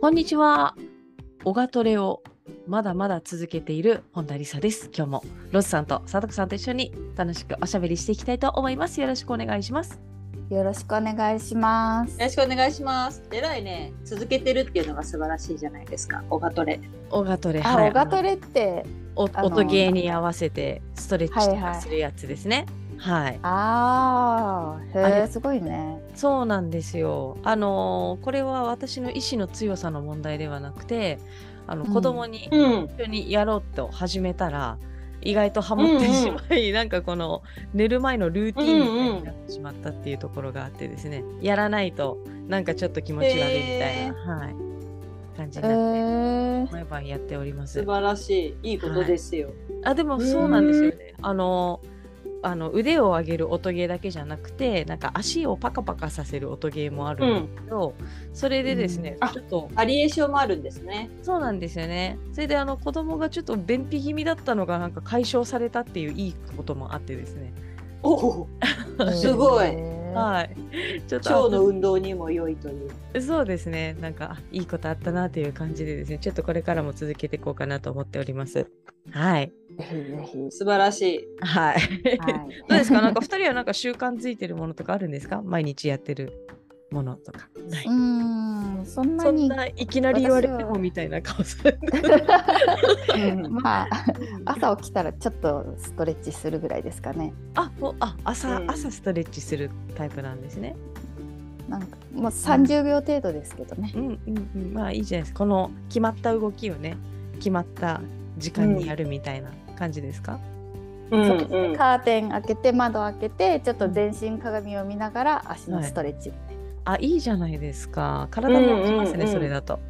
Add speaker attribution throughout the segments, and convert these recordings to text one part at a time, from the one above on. Speaker 1: こんにちはオガトレをまだまだ続けている本田理沙です今日もロスさんと佐藤さんと一緒に楽しくおしゃべりしていきたいと思いますよろしくお願いします
Speaker 2: よろしくお願いします
Speaker 3: よろしくお願いしますえらいね続けてるっていうのが素晴らしいじゃないですかオガトレ
Speaker 1: オガトレ
Speaker 2: あ、
Speaker 1: はい
Speaker 2: オガトレって
Speaker 1: お
Speaker 2: あの
Speaker 1: 音芸に合わせてストレッチとかするやつですね。はい、
Speaker 2: あ
Speaker 1: あ
Speaker 2: ー
Speaker 1: れ
Speaker 2: へえすごいね
Speaker 1: そうなんですよ。あのーこれは私の意志の強さの問題ではなくて、あの
Speaker 2: うん
Speaker 1: 子供に
Speaker 3: うん
Speaker 1: 一緒にやろうと始めたら、意外とハマってしまい、なんかこの寝る前のルーティンみたいになってしまったっていうところがあってですね、やらないとなんかちょっと気持ち悪いみたい
Speaker 3: へ
Speaker 1: な、はい感じ
Speaker 2: へ
Speaker 1: に
Speaker 2: え
Speaker 1: なって、毎晩やっております
Speaker 3: 素。晴らしいいいことですよ、
Speaker 1: あでもそうなんですよね。あのあの腕を上げる音ゲーだけじゃなくてなんか足をパカパカさせる音ゲーもあるんですけど、それでですね、
Speaker 3: うんあ
Speaker 1: ちょっと
Speaker 3: バリエーションもあるんですね
Speaker 1: そうなんですよねそれであの子供がちょっと便秘気味だったのがなんか解消されたっていういいこともあってですね、
Speaker 3: おおすごい
Speaker 2: い
Speaker 1: はいちょっと
Speaker 3: 腸の運動にも良いという
Speaker 1: そうですねなんかあいいことあったなという感じでですねちょっとこれからも続けていこうかなと思っておりますはい
Speaker 2: ぜひぜひ
Speaker 3: 素晴らしい
Speaker 1: はい、
Speaker 2: はい
Speaker 1: どうですかなんか二人はなんか習慣づいてるものとかあるんですか毎日やってるものとか。ないう
Speaker 2: ーんそんな
Speaker 1: そん
Speaker 2: に
Speaker 1: ないきなり言われてもみたいな顔する。
Speaker 2: まあ 朝起きたらちょっとストレッチするぐらいですかね
Speaker 1: あ、おあ朝、
Speaker 3: うん
Speaker 1: 朝ストレッチするタイプなんですね。
Speaker 2: なんかもう30秒程度ですけどね
Speaker 1: うんうんうん。まあいいじゃないですか。この決まった動きをね、決まった時間にやるみたいな感じですか。
Speaker 3: うん
Speaker 2: そううですね
Speaker 3: ん
Speaker 2: カーテン開けて窓開けてちょっと全身鏡を見ながら足のストレッチ、
Speaker 1: あ、いいじゃないですか。体も落ちますね、
Speaker 3: うんうんうん
Speaker 1: それだと。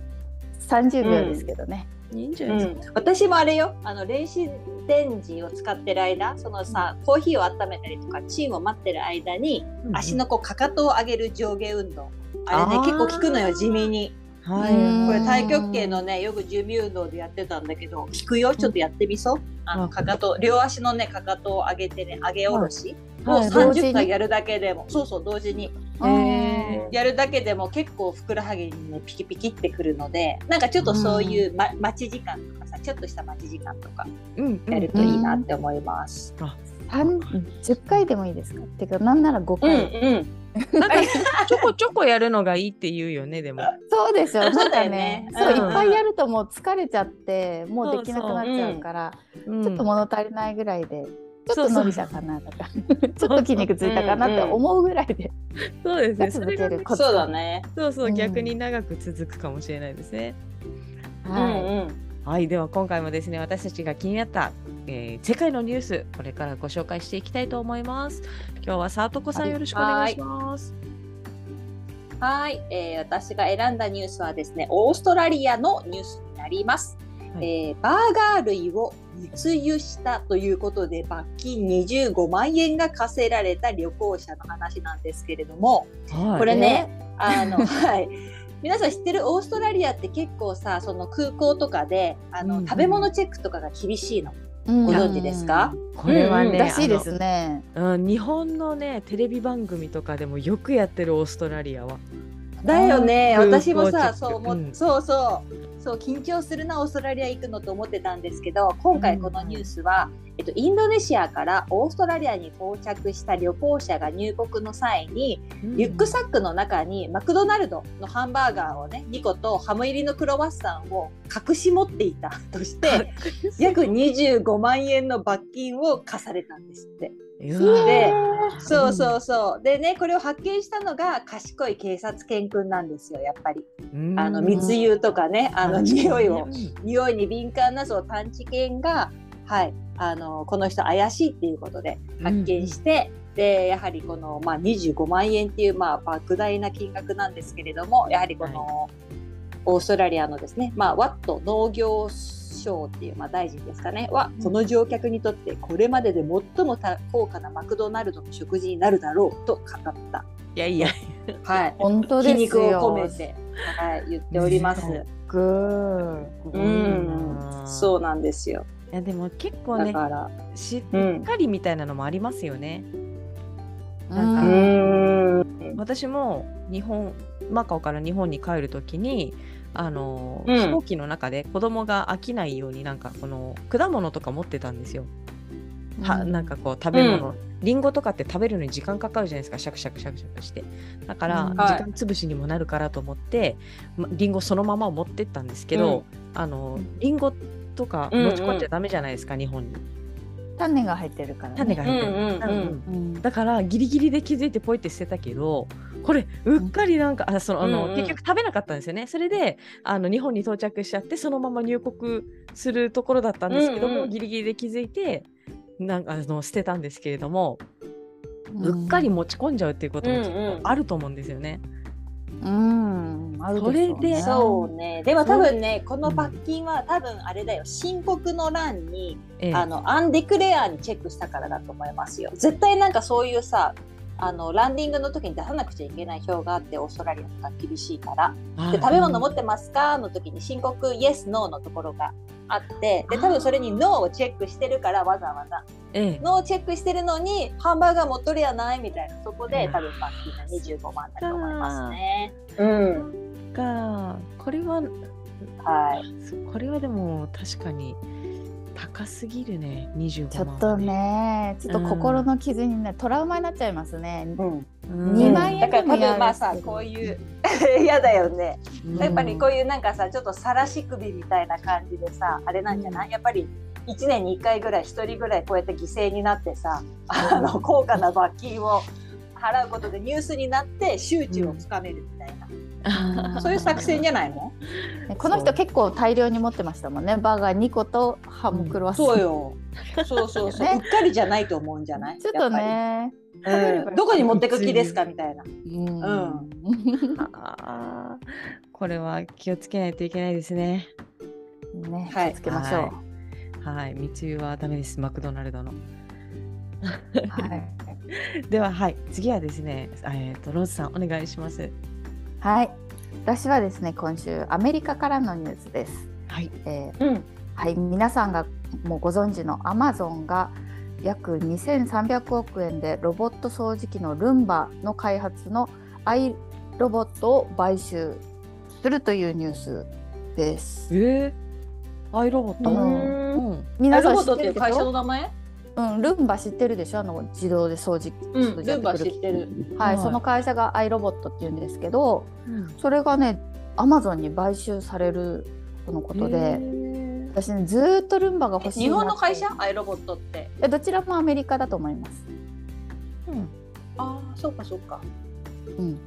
Speaker 2: 30秒ですけどね、
Speaker 1: いいんじゃ
Speaker 3: う
Speaker 1: ないです
Speaker 3: ん、私もあれよあの電子電磁を使ってる間そのさコーヒーを温めたりとかチームを待ってる間に
Speaker 1: か。
Speaker 3: 足のこうかかとを上げる上下運動あれ
Speaker 1: あー
Speaker 3: ね結構効くのよ地味
Speaker 1: う
Speaker 3: に
Speaker 1: んうん。は
Speaker 2: うん
Speaker 1: い。
Speaker 3: これ太極拳のねよく準備運動でやってたんだけど効くよちょっとやってみそう、あ
Speaker 1: あ
Speaker 3: のかかと両足のねかかとを上げてね上げ下ろしを
Speaker 1: はい
Speaker 2: 同時に
Speaker 3: 30回やるだけでもそうそう同時に
Speaker 1: え
Speaker 3: やるだけでも結構ふくらはぎにねピキピキってくるのでなんかちょっとそういう、ま、待ち時間とかさちょっとした待ち時間とか
Speaker 1: うんうん
Speaker 3: やるといいなって思います。
Speaker 2: 30回でもいいですかっていうかなんなら5
Speaker 3: うん
Speaker 2: 回、
Speaker 3: うん
Speaker 1: なんかちょこちょこやるのがいいって言うよね、でも。
Speaker 2: そうですよ
Speaker 3: そ
Speaker 2: な
Speaker 3: うんだ
Speaker 2: か
Speaker 3: よ
Speaker 2: ね
Speaker 3: ね
Speaker 2: そ
Speaker 1: う
Speaker 2: う
Speaker 1: ん
Speaker 2: いっぱいやるともう疲れちゃってもうできなくなっちゃうから
Speaker 1: うん
Speaker 2: ちょっと物足りないぐらいでちょ
Speaker 1: そ
Speaker 2: っ
Speaker 1: うそ
Speaker 2: と
Speaker 1: う
Speaker 2: 伸びたか なとかちょっと筋肉ついたかなって思うぐらいで
Speaker 1: そうですね。そ
Speaker 2: 続
Speaker 1: れ
Speaker 2: け
Speaker 1: が
Speaker 2: るコツ
Speaker 3: そうだね。
Speaker 1: そうそうう、
Speaker 2: ん
Speaker 1: 逆に長く続くかもしれないですね。
Speaker 3: うん
Speaker 2: は
Speaker 3: うん。
Speaker 1: はい、では今回もですね、私たちが気になった、えー世界のニュース、これからご紹介していきたいと思います。今日はさとこさ
Speaker 2: は
Speaker 1: ん
Speaker 2: い
Speaker 1: よろしくお願いします。
Speaker 3: はい、えー私が選んだニュースはですね、オーストラリアのニュースになります。
Speaker 1: はい
Speaker 3: えーバーガー類を密輸したということで罰金25万円が課せられた旅行者の話なんですけれども、
Speaker 1: は
Speaker 3: これね、あ の、はい。皆さん知ってるオーストラリアって結構さ、その空港とかで、あの、
Speaker 1: うん
Speaker 3: 食べ物チェックとかが厳しいの。
Speaker 2: い、うん
Speaker 3: ご存知ですか、
Speaker 1: これは
Speaker 3: う
Speaker 1: ね、
Speaker 3: んうん
Speaker 2: らしいですね
Speaker 1: あのうん、日本のね、テレビ番組とかでもよくやってるオーストラリアは。
Speaker 3: だよね、
Speaker 1: うん
Speaker 3: 私も
Speaker 1: 空港
Speaker 3: さ、
Speaker 1: チェッ
Speaker 3: そう
Speaker 1: ク
Speaker 3: 思っ
Speaker 1: うん
Speaker 3: そうそう、そう緊張するなオーストラリア行くのと思ってたんですけど、今回このニュースは、えっとインドネシアからオーストラリアに到着した旅行者が入国の際に、リュックサックの中にマクドナルドのハンバーガーをね、2個とハム入りのクロワッサンを隠し持っていたとして、約25万円の罰金を課されたんですって。
Speaker 1: うんうわ
Speaker 3: で
Speaker 1: ん
Speaker 3: そうそうそう。でね、これを発見したのが賢い警察犬くんなんですよ、やっぱり。
Speaker 1: うん
Speaker 3: あの密輸とかね、あの匂いを
Speaker 1: うん、
Speaker 3: 匂いに敏感なそう探知犬が、はい、あのこの人怪しいっていうことで発見して、でやはりこの、まあ、25万円っていう、まあ、莫大な金額なんですけれどもやはりこの、オーストラリアのですね、まあ、ワット農業省っていう、まあ、大臣ですかねは
Speaker 2: うん
Speaker 3: この乗客にとってこれまでで最もた高価なマクドナルドの食事になるだろうと語った、
Speaker 1: いやいや、
Speaker 3: はい、
Speaker 2: 本当です
Speaker 3: 皮
Speaker 2: よ。
Speaker 3: 肉を込めて、はい、言っております。
Speaker 1: ね
Speaker 2: ぐー。
Speaker 3: うん、
Speaker 1: う。
Speaker 3: そうなんですよ。
Speaker 1: いやでも結構
Speaker 3: だ
Speaker 1: ね、
Speaker 3: から、
Speaker 1: しっ
Speaker 3: うん、
Speaker 1: かりみたいなのもありますよね。
Speaker 2: な
Speaker 3: うん
Speaker 2: か
Speaker 3: ん、
Speaker 1: 私も日本マカオから日本に帰るときにあの、
Speaker 3: うん
Speaker 1: 飛行機の中で子供が飽きないようになんかこの果物とか持ってたんですよ。はなんかこう食べ物、りん、リンゴとかって食べるのに時間かかるじゃないですかシャクシャクシャクシャクしてだから、
Speaker 2: うん
Speaker 1: 時間潰しにもなるからと思って、まりんごそのままを持ってったんですけど、あのりんごとか持ち込んじゃダメじゃないですか、日本に
Speaker 2: 種が入ってるから、ね。
Speaker 1: 種が入ってる、
Speaker 3: うんうんうん
Speaker 2: うん。
Speaker 1: だからギリギリで気づいてポイって捨てたけどこれうっかりなんかあそのあの、
Speaker 3: うんうん
Speaker 1: 結局食べなかったんですよねそれであの日本に到着しちゃってそのまま入国するところだったんですけども、
Speaker 3: うんうん
Speaker 1: ギリギリで気づいてなんかあの捨てたんですけれども、うっかり持ち込んじゃうっていうことも
Speaker 3: うん
Speaker 1: 結構
Speaker 3: うん
Speaker 1: あると思うんですよね。
Speaker 2: うん。あるでしょ
Speaker 1: そ
Speaker 2: うね
Speaker 1: れで
Speaker 3: そうね。でも多分ね、この罰金は多分あれだよ。申告の欄に、
Speaker 1: ええ
Speaker 3: あのアンデクレアにチェックしたからだと思いますよ。絶対なんかそういうさ、あのランディングの時に出さなくちゃいけない表があってオーストラリアとか厳しいから。
Speaker 1: はい
Speaker 3: で食べ物持ってますかの時に申告 Yes No のところがあって、で多分それに No をチェックしてるからわざわざ。
Speaker 1: ええ
Speaker 3: のをチェックしてるのにハンバーガー持っとりやないみたいなそこで
Speaker 1: うん
Speaker 3: 多分罰金が25万だと思いますね。うん、
Speaker 1: かこれは
Speaker 3: はい。
Speaker 1: これはでも確かに高すぎるね25万
Speaker 2: ちょっとね、ちょっと心の傷になる、トラウマになっちゃいますね。
Speaker 3: うん、
Speaker 2: 2万円
Speaker 3: だから多
Speaker 2: でもやる
Speaker 3: 分まあさこういう 嫌だよね。
Speaker 2: ん
Speaker 3: やっぱりこういうなんかさちょっとさらし首みたいな感じでさあれなんじゃない、やっぱり1年に1回ぐらい1人ぐらいこうやって犠牲になってさあの高価な罰金を払うことでニュースになって周知をつかめるみたいな、
Speaker 2: うん
Speaker 3: そういう作戦じゃないの、
Speaker 2: ねこの人結構大量に持ってましたもんね。バーガー2個とハムクロワッサン。
Speaker 3: そう よ。そうそうそう。
Speaker 2: ね
Speaker 3: うっかりじゃないと思うんじゃない？
Speaker 2: ちょっとね。
Speaker 3: やっぱり。うんどこに持ってく気ですかみたいな。
Speaker 2: うん
Speaker 3: ん
Speaker 1: あーこれは気をつけないといけないですね。
Speaker 2: ね、気
Speaker 3: はい
Speaker 2: をつけましょ
Speaker 1: はい、密輸はダメです、マクドナルドの。
Speaker 2: う。はい。
Speaker 1: では、はい、次はですね、えっと、ローズさん、お願いします。
Speaker 2: はい。私はですね、今週アメリカからのニュースです。
Speaker 1: はい、
Speaker 2: えー
Speaker 3: うん。
Speaker 2: はい、皆さんがもうご存知のアマゾンが約2300億円でロボット掃除機のルンバの開発のアイロボットを買収するというニュースです。
Speaker 1: えー、アイロボット。
Speaker 2: うん
Speaker 1: うん
Speaker 2: 皆さん
Speaker 3: ロ
Speaker 2: 知
Speaker 3: ボット
Speaker 2: っ
Speaker 3: って
Speaker 2: て
Speaker 3: い
Speaker 2: る
Speaker 3: う
Speaker 2: で
Speaker 3: 会
Speaker 2: し
Speaker 3: 社の
Speaker 2: ょ、
Speaker 3: 名前？
Speaker 2: うん、ルンバ知ってるでしょあの自動で掃除機、
Speaker 3: うん。
Speaker 2: や
Speaker 3: ル
Speaker 2: っ
Speaker 3: ンバ
Speaker 2: てく
Speaker 3: 知
Speaker 2: る
Speaker 3: ってる。
Speaker 2: はい
Speaker 1: はい
Speaker 2: その会社がアイロボットっていうんですけどそれがねアマゾンに買収されるとのことで、
Speaker 1: え
Speaker 2: 私ねずーっとルンバが欲しいな
Speaker 3: 日本の会社
Speaker 2: って？
Speaker 3: アイロボットって。
Speaker 2: えどちらもアメリカだと思います。
Speaker 1: ーうん
Speaker 3: ああ、そうかそうか。
Speaker 2: うん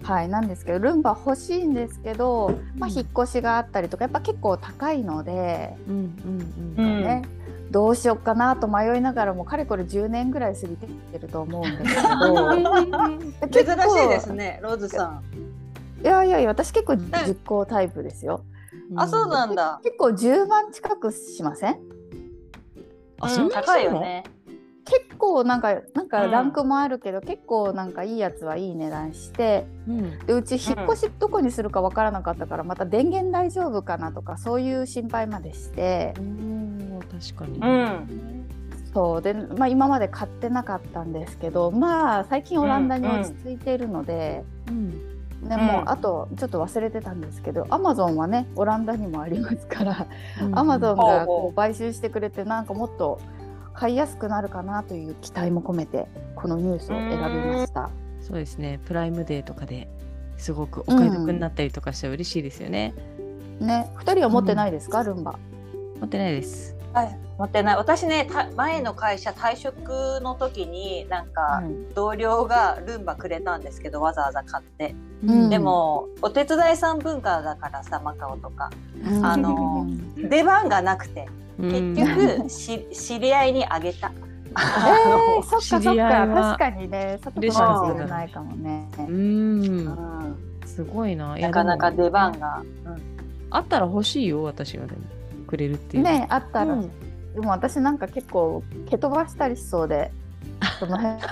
Speaker 2: はい、なんですけどルンバ欲しいんですけど、まあ、
Speaker 1: うん
Speaker 2: 引っ越しがあったりとかやっぱ結構高いので、
Speaker 1: うん うんうん。
Speaker 3: ん
Speaker 2: ね、どうしようかなと迷いながらもかれこれ10年ぐらい過ぎてきてると思うんですけど
Speaker 3: 珍しい
Speaker 2: 結構
Speaker 3: ですね、ローズさん。
Speaker 2: いやいやいや私結構実行タイプですよ
Speaker 3: あ、そうなんだ。
Speaker 2: 結構10万近くしません
Speaker 1: あ、
Speaker 3: うん
Speaker 1: そんなにす
Speaker 3: 高い
Speaker 1: る
Speaker 3: よ
Speaker 1: の。
Speaker 3: ね。
Speaker 2: 結構なんかなんか
Speaker 3: うん
Speaker 2: ランクもあるけど、結構なんかいいやつはいい値段して
Speaker 1: うん。
Speaker 2: でうち引っ越しどこにするかわからなかったから、また電源大丈夫かなとかそういう心配までして。
Speaker 1: おー確かに。
Speaker 3: うん。
Speaker 2: そうで、まあ、今まで買ってなかったんですけどまあ最近オランダに落ち着いているので、
Speaker 1: うん。
Speaker 2: ね
Speaker 3: うん
Speaker 2: もうあとちょっと忘れてたんですけどアマゾンはねオランダにもありますからアマゾンが
Speaker 3: ほうほ
Speaker 2: こ
Speaker 3: う
Speaker 2: う買収してくれてなんかもっと買いやすくなるかなという期待も込めてこのニュースを選びました。
Speaker 1: そうですね、プライムデーとかで。すごくお買い得になったりとかして嬉しいですよね。
Speaker 2: ね2人は持ってないですか、ルンバ。
Speaker 1: 持ってないです。
Speaker 3: はい。持ってない。私ね、た前の会社退職の時になんか
Speaker 2: うん
Speaker 3: 同僚がルンバくれたんですけど、わざわざ買って。
Speaker 2: うん
Speaker 3: でも、お手伝いさん文化だからさ、マカオとか。
Speaker 1: うん
Speaker 3: あの出番がなくて
Speaker 1: うん
Speaker 3: 結局し知り合いにあげた。
Speaker 2: えー
Speaker 1: の
Speaker 2: そっか
Speaker 1: 知
Speaker 2: そっか
Speaker 1: り合い
Speaker 2: 確
Speaker 1: は。
Speaker 2: かにねそっか
Speaker 1: レ
Speaker 3: シピ
Speaker 2: かも
Speaker 3: だ
Speaker 2: しれないかもね。
Speaker 1: うん、
Speaker 3: うん
Speaker 1: すごいな。いや
Speaker 3: なかなか
Speaker 1: でも
Speaker 3: 出番が、うん
Speaker 1: あったら欲しいよ、私はでも。くれるっていう。
Speaker 2: ねあったら、
Speaker 1: うん
Speaker 2: でも私なんか結構蹴飛ばしたりしそう で。その辺もね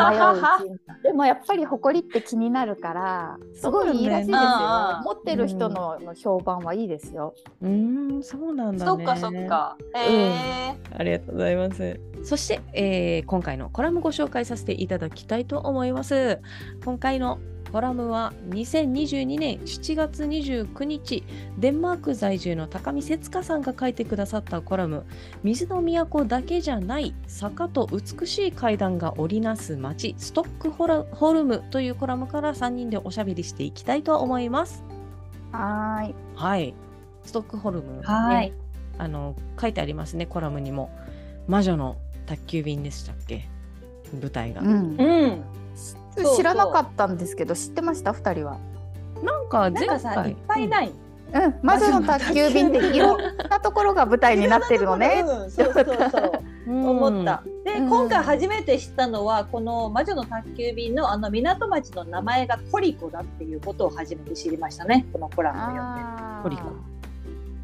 Speaker 2: 迷ううちにでもやっぱり誇りって気になるからすごいいいらしいです
Speaker 3: そ
Speaker 2: よ
Speaker 3: うなんだよね
Speaker 2: 持ってる人の,、の評判はいいですよ
Speaker 1: うーん、そうなんだね。
Speaker 3: そっかそっ。か。へえ。
Speaker 1: ありがとうございます。そして、えー今回のコラムご紹介させていただきたいと思います。今回のコラムは2022年7月29日デンマーク在住の高見節香さんが書いてくださったコラム「水の都だけじゃない坂と美しい階段が織りなす街ストックホラホルム」というコラムから3人でおしゃべりしていきたいと思います。
Speaker 2: はーい
Speaker 1: はい、ストックホルム、ね、
Speaker 3: はい。
Speaker 1: あの書いてありますねコラムにも「魔女の宅急便」でしたっけ舞台が、
Speaker 2: うん
Speaker 3: うん。そう
Speaker 2: 知らなかったんですけど知ってました二人は
Speaker 1: なんか
Speaker 3: な
Speaker 1: 前
Speaker 3: ん
Speaker 1: 回
Speaker 3: かさ、いっぱいない。
Speaker 2: うん魔女の宅急便っていろ んなところが舞台になってるのね
Speaker 3: うん。そうそうそう。
Speaker 1: うん
Speaker 3: 思った。で、
Speaker 2: うん
Speaker 3: 今回初めて知ったのはこの魔女の宅急便のあの港町の名前がコリコだっていうことを初めて知りましたね。このコラムを読んで。
Speaker 2: あー
Speaker 1: トリコ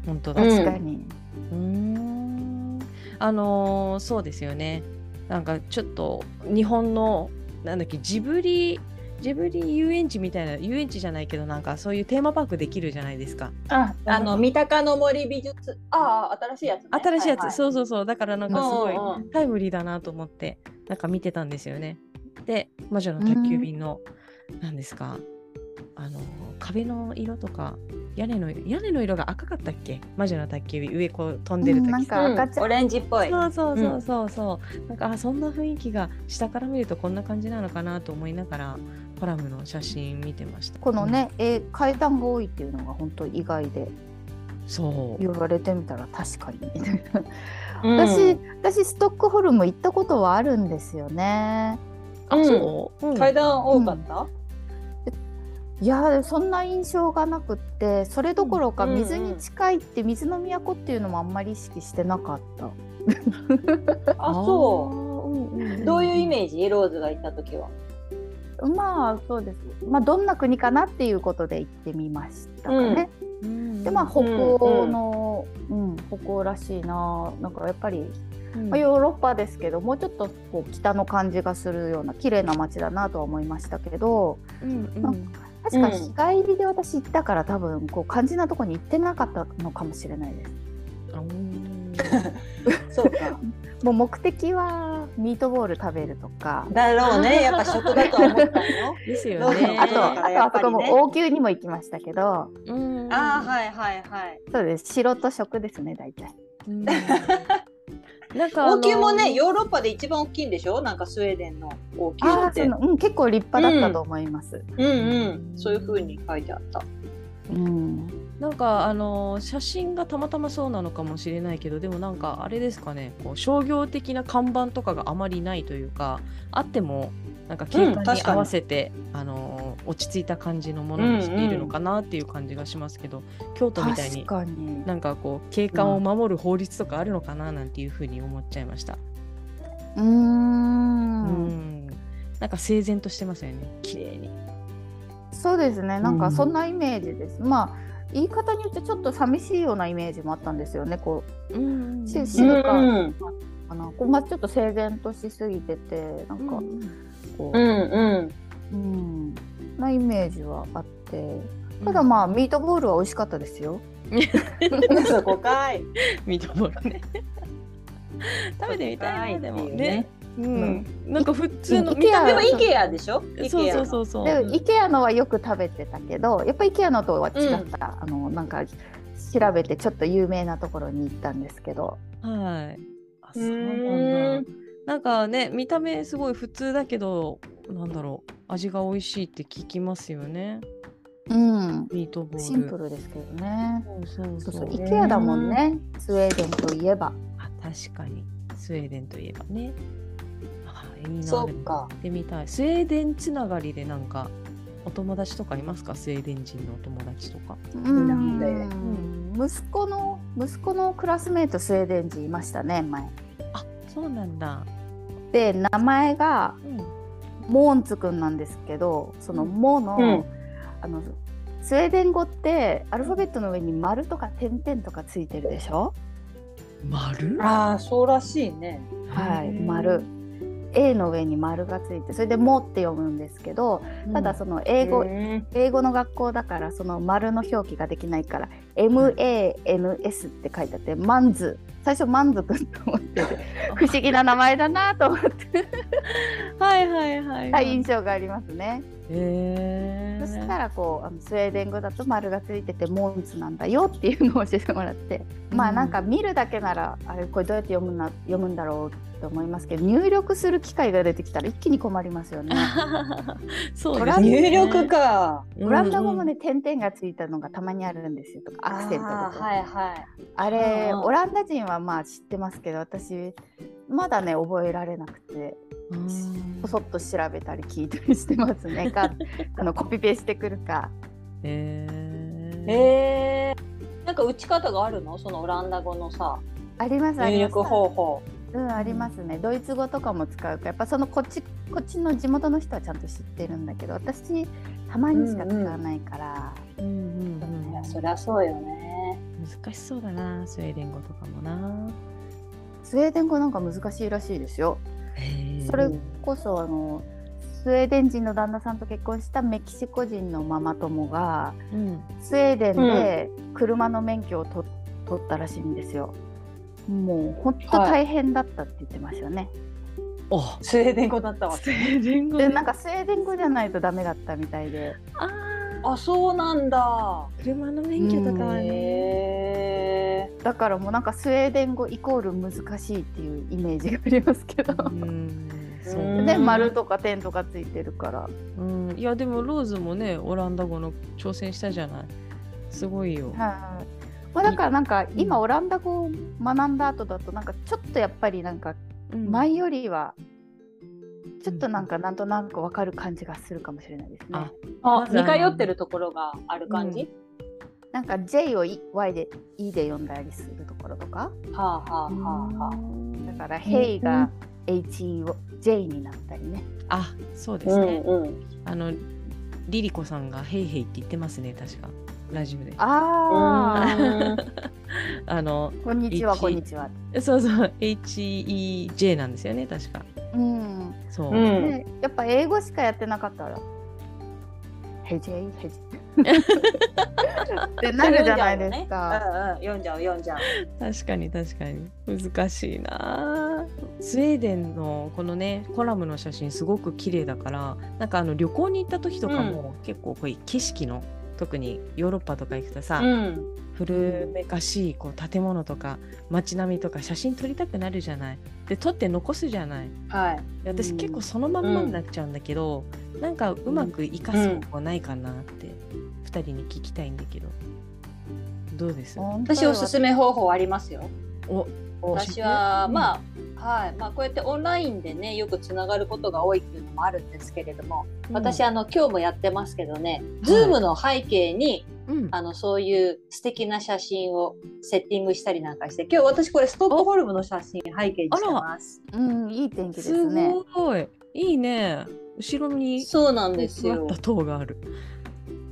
Speaker 1: 本当だ
Speaker 3: うん
Speaker 2: 確かに、
Speaker 1: うーんあのーそうですよねなんかちょっと日本のなんだっけジブリジブリ遊園地みたいな遊園地じゃないけどなんかそういうテーマパークできるじゃないですか
Speaker 3: あ、あの三鷹の森美術。ああ、新しいやつね、
Speaker 1: 新しいやつ、
Speaker 3: はは
Speaker 1: そうそうそうだからなんかすごい
Speaker 3: うんうん
Speaker 1: タイムリーだなと思ってなんか見てたんですよね。で「魔女の宅急便の」なんですかあの壁の色とか屋根の屋根の色が赤かったっけ魔女の宅急便上こう飛んでる
Speaker 2: うんな
Speaker 1: 時
Speaker 2: ん
Speaker 1: さ、
Speaker 2: か赤ちゃん
Speaker 3: オレンジっぽい。
Speaker 1: そうそうそうそうそう、なんかあそんな雰囲気が下から見るとこんな感じなのかなと思いながらコラムの写真見てました。
Speaker 2: このね、えー階段が多いっていうのが本当意外で
Speaker 1: うん、そう
Speaker 2: 言われてみたら確かに
Speaker 3: うん
Speaker 2: 私、私ストックホルム行ったことはあるんですよね
Speaker 1: あそう、うん
Speaker 3: 階段多かった？
Speaker 2: いやーそんな印象がなくってそれどころか
Speaker 3: うんうん
Speaker 2: 水に近いって水の都っていうのもあんまり意識してなかった、
Speaker 3: あ、そう。
Speaker 1: う、うんんん
Speaker 3: どういうイメージ？ローズが行った時は。
Speaker 2: まあそうですまあどんな国かなっていうことで行ってみましたかね、
Speaker 1: うん
Speaker 2: でまあ北欧の、うん北欧らしいななんかやっぱり、
Speaker 1: うん
Speaker 2: まあ、ヨーロッパですけどもうちょっとこう北の感じがするような綺麗な街だなとは思いましたけど
Speaker 1: うんう
Speaker 2: なん
Speaker 1: ん
Speaker 2: 確か日帰りで私行ったから多分こう肝心なとこに行ってなかったのかもしれないです。
Speaker 1: あうん
Speaker 3: そ うか。
Speaker 2: もう目的はミートボール食べるとか、
Speaker 3: だろうね。やっぱ食だとは思ったよ。
Speaker 1: ですよ
Speaker 3: え
Speaker 1: ね。
Speaker 3: ー
Speaker 2: あとあとあそこ
Speaker 3: やっぱりね
Speaker 2: も王宮にも行きましたけど
Speaker 1: うん
Speaker 3: ああ、はいはいはい。
Speaker 2: そうです白と食ですね大体。
Speaker 1: うんなんかあ
Speaker 3: 王
Speaker 1: の
Speaker 3: 宮もね、ヨーロッパで一番大きいんでしょ？なんかスウェーデンの王宮
Speaker 2: あ
Speaker 3: っ
Speaker 2: ーそ
Speaker 3: て。
Speaker 2: のうん、結構立派だったと思います。
Speaker 3: うんうん、そういう風に書いてあった。
Speaker 2: うん、
Speaker 1: なんかあの写真がたまたまそうなのかもしれないけどでもなんかあれですかねこう商業的な看板とかがあまりないというかあってもなんか景観に
Speaker 3: 確か
Speaker 1: 合
Speaker 3: に
Speaker 1: わせて、あの落ち着いた感じのものにしているのかなっていう感じがしますけど、京都みたい
Speaker 2: 確
Speaker 1: に
Speaker 2: かに。
Speaker 1: なんかこう景観を守る法律とかあるのかななんていうふうに思っちゃいました。
Speaker 2: うー
Speaker 1: うんんなんか整然としてますよね綺麗に。
Speaker 2: そうですねなん
Speaker 1: う
Speaker 2: か
Speaker 1: ん
Speaker 2: そんなイメージです。まあ言い方によってちょっと寂しいようなイメージもあったんですよね。こう
Speaker 1: うん
Speaker 2: し
Speaker 3: う
Speaker 2: 静
Speaker 3: ん
Speaker 2: かあのこうまあちょっと整然としすぎててなんかこ
Speaker 3: う
Speaker 2: う、
Speaker 3: んうん。
Speaker 2: うん、なイメージはあって。ただまあミートボールは美味しかったですよ。
Speaker 3: そこかい。
Speaker 1: ミートボールね。 食べてみたいなでもね。うん、なんか普通の
Speaker 2: イケア
Speaker 3: でもイケアでしょ？
Speaker 1: そうそう
Speaker 3: う。
Speaker 1: そうそう。
Speaker 2: で、IKEA のはよく食べてたけど、やっぱ IKEA のとは違った、あのなんか調べてちょっと有名なところに行ったんですけど、
Speaker 1: はい。あ
Speaker 3: う
Speaker 1: そうな
Speaker 3: ー
Speaker 1: ん
Speaker 3: ん
Speaker 1: だ。なんかね見た目すごい普通だけどなんだろう味が美味しいって聞きますよね
Speaker 2: うん、
Speaker 1: ミートボール。
Speaker 2: シンプルですけどね。
Speaker 1: そうそ
Speaker 2: そ
Speaker 1: うう
Speaker 2: そ、
Speaker 1: そうう。
Speaker 2: IKEA だもんね。スウェーデンといえば。
Speaker 1: あ確かにスウェーデンといえばね。あいいな。
Speaker 3: そ
Speaker 1: で
Speaker 3: う
Speaker 1: も
Speaker 3: か
Speaker 1: 行。ってみたい。スウェーデンつながりでなんかお友達とかいますかスウェーデン人のお友達とか。
Speaker 2: う
Speaker 3: なんで
Speaker 2: ん、息子の息子のクラスメートスウェーデン人いましたね前。
Speaker 1: あそうなんだ。
Speaker 2: で名前が
Speaker 1: うん
Speaker 2: モーンツくんなんですけどその「モ」の,、
Speaker 3: うん
Speaker 2: あのスウェーデン語ってアルファベットの上に丸とか点々とかついてるでしょ
Speaker 1: 丸
Speaker 3: ああ、そうらしいね。
Speaker 2: はい
Speaker 1: へー
Speaker 2: 丸 A の上に丸がついてそれで「モ」って読むんですけどただその英語、
Speaker 3: うん
Speaker 2: 英語の学校だからその丸の表記ができないから MANS って書いてあってマンズ最初満足と思って て不思議な名前だなと思って
Speaker 1: はいはいはい
Speaker 2: た印象がありますね。
Speaker 1: へ
Speaker 2: そ
Speaker 1: ー
Speaker 2: したらこうあのスウェーデン語だと丸がついててモンツなんだよっていうのを教えてもらって、まあなんか見るだけならあれこれどうやって読むな読むんだろうと思いますけど入力する機会が出てきたら一気に困ります よね。
Speaker 1: そう
Speaker 2: ト
Speaker 1: で
Speaker 2: ラ
Speaker 1: す
Speaker 2: ン
Speaker 1: ね
Speaker 3: 入力か。
Speaker 2: オランダ語も
Speaker 1: ね
Speaker 2: ね点々がついたのがたまにあるんですよとかアクセントと
Speaker 3: あ
Speaker 2: か
Speaker 3: ー。はいはい。
Speaker 2: あれ
Speaker 3: うんうん
Speaker 2: オランダ人はまあ知ってますけど私まだね覚えられなくてこそっと調べたり聞いたりしてますねかあのコピペしてくるか
Speaker 1: へえ
Speaker 3: へえ。なんか打ち方があるの？そのオランダ語のさ、
Speaker 2: ありますあ
Speaker 3: 入
Speaker 2: ります
Speaker 3: 力方法。
Speaker 2: うんありますねドイツ語とかも使うからやっぱそのこっちこっちの地元の人はちゃんと知ってるんだけど私たまにしか使わないから、
Speaker 1: うんうんうん
Speaker 3: いや、そりゃそうよね。
Speaker 1: 難しそうだなスウェーデン語とかもな
Speaker 2: スウェーデン語なんか難しいらしいですよ。それこそあのスウェーデン人の旦那さんと結婚したメキシコ人のママ友が
Speaker 1: うん
Speaker 2: スウェーデンで車の免許を取取ったらしいんですよ。もう本当大変だったって言ってましたよね。
Speaker 1: お
Speaker 3: スウェーデン語だったわ。
Speaker 1: スウェーデン語
Speaker 2: でなんかスウェーデン語じゃないとダメだったみたいで。
Speaker 1: あー
Speaker 3: あ、そうなんだ。
Speaker 1: 車の免許とかはね
Speaker 3: へ
Speaker 2: だからもうなんかスウェーデン語イコール難しいっていうイメージがありますけど。
Speaker 1: うんそううん
Speaker 2: で丸とか点とかついてるから。
Speaker 1: うんいやでもローズもねオランダ語の挑戦したじゃないすごいよ
Speaker 2: はい。まあだからなんか今
Speaker 1: うん
Speaker 2: オランダ語を学んだ後だとなんかちょっとやっぱりなんか
Speaker 1: うん
Speaker 2: 前よりはちょっとなんかなんとなくわかる感じがするかもしれないですね
Speaker 1: あ。
Speaker 3: え。あ、
Speaker 1: まず
Speaker 3: 似
Speaker 1: あの
Speaker 3: 通ってるところがある感じ。
Speaker 2: なんか J を E Y で E で読んだりするところとか
Speaker 3: はあはあはあはあ。
Speaker 2: だから「Hey」が HE を J になったりね
Speaker 1: あそうですね
Speaker 3: うんうん。
Speaker 1: あのリリコさんがヘイヘイって言ってますね確かラジオで
Speaker 2: ああ
Speaker 1: あの
Speaker 2: こんにちは
Speaker 1: HE
Speaker 2: こんにちは
Speaker 1: そうそう HEJ なんですよね確か
Speaker 2: うん
Speaker 1: そう、
Speaker 3: うんうん。
Speaker 2: でやっぱ英語しかやってなかったら「Hey J Hey J」ってなるじゃないですか。
Speaker 3: 読んじゃうよねうんうん、読んじゃう読んじゃう。
Speaker 1: 確かに確かに難しいなあスウェーデンのこのねコラムの写真すごく綺麗だからなんかあの旅行に行った時とかも、結構こういう景色の特にヨーロッパとか行くとさ、
Speaker 3: うん。
Speaker 1: 古めかしいこう建物とか街並みとか写真撮りたくなるじゃないで撮って残すじゃない
Speaker 3: はい。
Speaker 1: で私
Speaker 2: うん
Speaker 1: 結構そのまんまになっちゃうんだけど、なんかうまく生かす方法ないかなって2人に聞きたいんだけどどうです
Speaker 2: 本当
Speaker 3: 私
Speaker 2: よ
Speaker 3: おすすめ方法ありますよ。
Speaker 1: お
Speaker 3: 私は
Speaker 1: うん
Speaker 3: まあはいまあこうやってオンラインでねよくつながることが多いっていうのもあるんですけれども、私あの今日もやってますけどね、Zoom の背景に
Speaker 1: うん
Speaker 3: あのそういう素敵な写真をセッティングしたりなんかして、今日私これストックホルムの写真背景にしてます。
Speaker 2: うんいい天気ですすね。
Speaker 1: ごいいいね後ろに
Speaker 3: そうなんです
Speaker 1: ふわ
Speaker 3: よ
Speaker 1: っ。と塔がある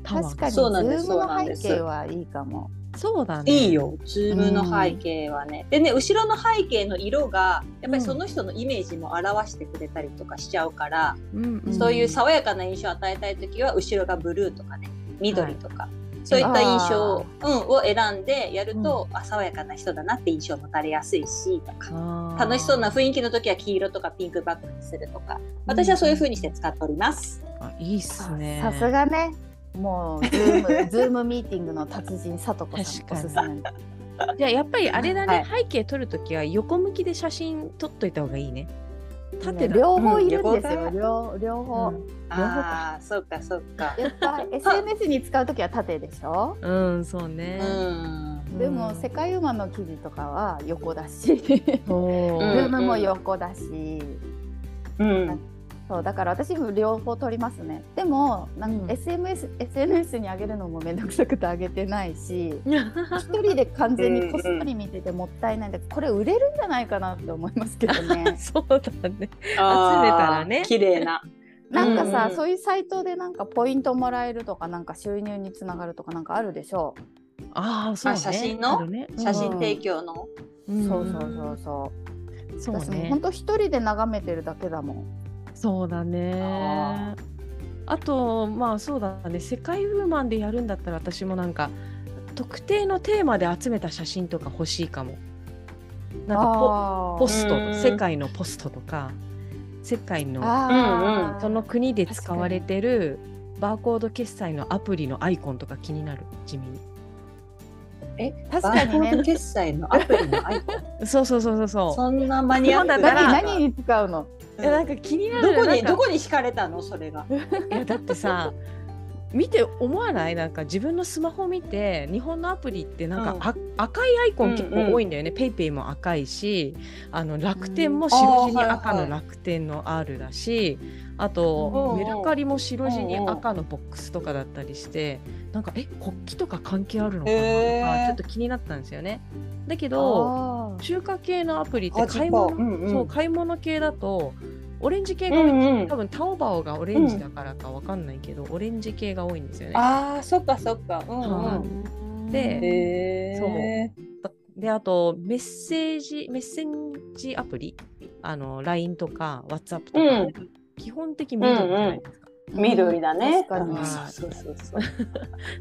Speaker 1: タワー
Speaker 2: 確かにズ
Speaker 3: そうなんです
Speaker 2: ーム
Speaker 3: そうな
Speaker 2: の
Speaker 3: んで
Speaker 2: 背
Speaker 3: す
Speaker 2: 景はいいかも。
Speaker 1: そうだね
Speaker 3: いいよ、ズームの背景はね。でね、後ろの背景の色が、やっぱりその人のイメージも表してくれたりとかしちゃうから、
Speaker 1: うんうん
Speaker 3: そういう爽やかな印象を与えたい時は後ろがブルーとかね緑とか、そういった印象を,、うん、を選んでやると、あ爽やかな人だなって印象を持たれやすいしとか
Speaker 1: あー
Speaker 3: 楽しそうな雰囲気の時は黄色とかピンクバッグにするとか私はそういう風にして使っております。
Speaker 1: あいいっすね
Speaker 2: さすがね。もうズーム ズームミーティングの達人さとこさんおすすめ。
Speaker 1: じゃあやっぱりあれだね、
Speaker 3: うん
Speaker 1: 背景撮るときは横向きで写真撮っといた方がいいね縦だ、
Speaker 2: 両方いるん
Speaker 3: うん
Speaker 2: ですよ。両両方。
Speaker 3: ああそうかそうか。
Speaker 2: やっ ぱ SNS に使うときは縦でしょ。
Speaker 1: うんそうね
Speaker 3: う、ん
Speaker 2: でも世界馬の記事とかは横だし、ズ
Speaker 1: そう
Speaker 3: うん
Speaker 2: ームも横だし、
Speaker 3: うん
Speaker 2: そうだから私も両方取りますねでもなんか
Speaker 1: うん
Speaker 2: SMS、SNS に上げるのもめんどくさくて上げてないし
Speaker 1: う
Speaker 2: 一人で完全にこっそり見ててもったいないんでこれ売れるんじゃないかなって思いますけど ね
Speaker 1: そうだね。
Speaker 3: 集め
Speaker 1: らね
Speaker 3: 綺麗な。
Speaker 2: なんかさ、
Speaker 3: うん
Speaker 2: そういうサイトでなんかポイントもらえるとかなんか収入につながるとかなんかあるでしょ
Speaker 1: ああ、そうね。
Speaker 3: あ写真の
Speaker 1: あるね
Speaker 3: 写真提供の。
Speaker 2: う、
Speaker 1: うん
Speaker 2: そうそうそうそう
Speaker 1: そう
Speaker 2: 私も
Speaker 1: ね
Speaker 2: 本。当一人で眺めてるだけだもん。
Speaker 1: そうだね
Speaker 3: あ。
Speaker 1: あとまあそうだね世界ウーマンでやるんだったら私もなんか特定のテーマで集めた写真とか欲しいかも。なんかポ
Speaker 2: あー
Speaker 1: ポスト
Speaker 3: うん
Speaker 1: 世界のポストとか世界の
Speaker 2: あー
Speaker 3: うんうん
Speaker 1: その国で使われてるバーコード決済のアプリのアイコンとか気になる地味に
Speaker 2: 確
Speaker 3: バ
Speaker 2: か
Speaker 3: ー
Speaker 2: に
Speaker 3: コード
Speaker 2: ね。
Speaker 3: 決済のアプリのアイコン。
Speaker 1: そうそうそうそうそ
Speaker 3: そんなマニアックな
Speaker 1: だから
Speaker 2: 何何に使うの？
Speaker 1: ういやなんか気になる
Speaker 3: どこ
Speaker 1: なん
Speaker 3: に
Speaker 1: か
Speaker 3: どこに惹かれたのそれが。
Speaker 1: いやだってさ見て思わないなんか自分のスマホ見て日本のアプリってなんか、
Speaker 3: うん
Speaker 1: あ赤いアイコン結
Speaker 3: うんう
Speaker 1: 構
Speaker 3: ん
Speaker 1: 多いんだよね、ペイペイも赤いしあの楽天も白地に
Speaker 3: あーはいはい
Speaker 1: 赤の楽天の R だし、あ
Speaker 3: う
Speaker 1: と
Speaker 3: んうん
Speaker 1: メルカリも白地に
Speaker 3: うんうん
Speaker 1: 赤のボックスとかだったりしてなんかえ国旗とか関係あるのかなと
Speaker 3: へ
Speaker 1: か
Speaker 3: ー
Speaker 1: ちょっと気になったんですよね。だけど
Speaker 2: あー
Speaker 1: 中華系のアプリって
Speaker 3: あジ
Speaker 1: 買い
Speaker 3: ッ
Speaker 1: 物
Speaker 3: パーうんうん
Speaker 1: そう買い物系だとオレンジ系
Speaker 3: う
Speaker 1: が多いんですよ
Speaker 3: んうん
Speaker 1: 多。分タオバオがオレンジだからかわかんないけど、オレンジ系が多いんですよね。
Speaker 3: ああそっかそっか。う
Speaker 1: は
Speaker 3: んうん。
Speaker 1: いで
Speaker 3: へえ。
Speaker 1: そうであとメッセージメッセンジアプリあの LINE とか WhatsApp とか、
Speaker 3: うん
Speaker 1: 基本的緑じゃないですか、
Speaker 3: 緑だね。
Speaker 2: 確
Speaker 1: うん
Speaker 2: かに。
Speaker 3: そうそうそうそう。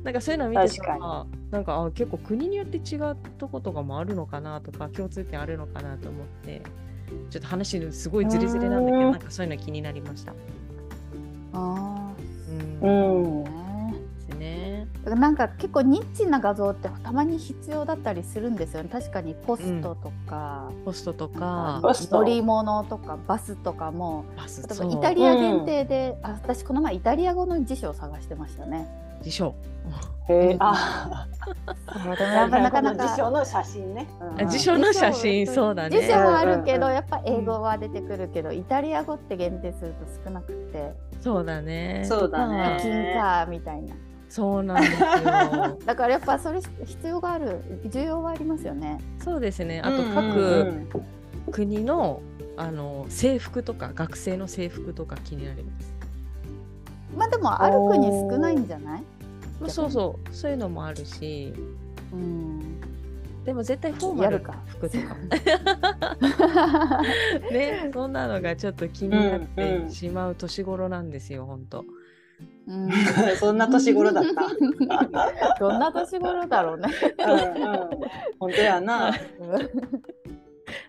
Speaker 1: なんかそういうの見てた
Speaker 3: 確
Speaker 1: らなんかあ結構国によって違うとことかもあるのかなとか共通点あるのかなと思ってちょっと話すごいズレズレなんだけ
Speaker 3: う
Speaker 1: ど
Speaker 3: ん
Speaker 1: なんかそういうの気になりました。
Speaker 2: あ
Speaker 1: うんで
Speaker 2: ー。
Speaker 3: うん
Speaker 2: ね
Speaker 1: すね。
Speaker 2: だからなんか結構ニッチな画像ってたまに必要だったりするんですよね確かにポストとか、
Speaker 1: ポストと
Speaker 2: なん
Speaker 1: か
Speaker 2: か
Speaker 3: ポスト
Speaker 2: 乗り物とかバスとかも
Speaker 1: バス
Speaker 2: 例え
Speaker 1: そ
Speaker 2: ば
Speaker 1: う
Speaker 2: イタリア限定で、あ私この前イタリア語の辞書を探してましたね。
Speaker 1: でしょ
Speaker 3: へえ。あ
Speaker 2: な
Speaker 3: あ。
Speaker 2: かなか
Speaker 3: この辞書の写真ね。うんうん
Speaker 1: 辞書の写真
Speaker 2: 辞書
Speaker 1: そうだね
Speaker 2: 辞書はあるけ
Speaker 3: うんうんう
Speaker 2: ど
Speaker 3: ん
Speaker 2: やっぱ英語は出てくるけど、イタリア語って限定すると少なくて
Speaker 1: そうだね。
Speaker 3: そうだ
Speaker 2: 「課
Speaker 3: ね。
Speaker 2: 金か」みたいな
Speaker 1: そうなんです よ。
Speaker 2: だからやっぱそれ必要がある需要はありますよね。
Speaker 1: そうですね。あと
Speaker 3: うんう
Speaker 1: 各
Speaker 3: ん
Speaker 1: 国の、あの制服とか学生の制服とか気になります。
Speaker 2: まあでもある国少ないんじゃない、
Speaker 1: まあ、そうそうそういうのもあるし、
Speaker 2: うん、
Speaker 1: でも絶対フォーマ
Speaker 2: や
Speaker 1: ル
Speaker 2: る
Speaker 1: な
Speaker 2: か。
Speaker 1: 服とかも ね、そんなのがちょっと気になっ
Speaker 3: うんう
Speaker 1: て
Speaker 3: ん
Speaker 1: しまう年頃なんですよ、本当。
Speaker 2: うん
Speaker 3: うん。 そんな年頃だった。
Speaker 2: どんな年頃だろうね。
Speaker 3: うんうん本当やな。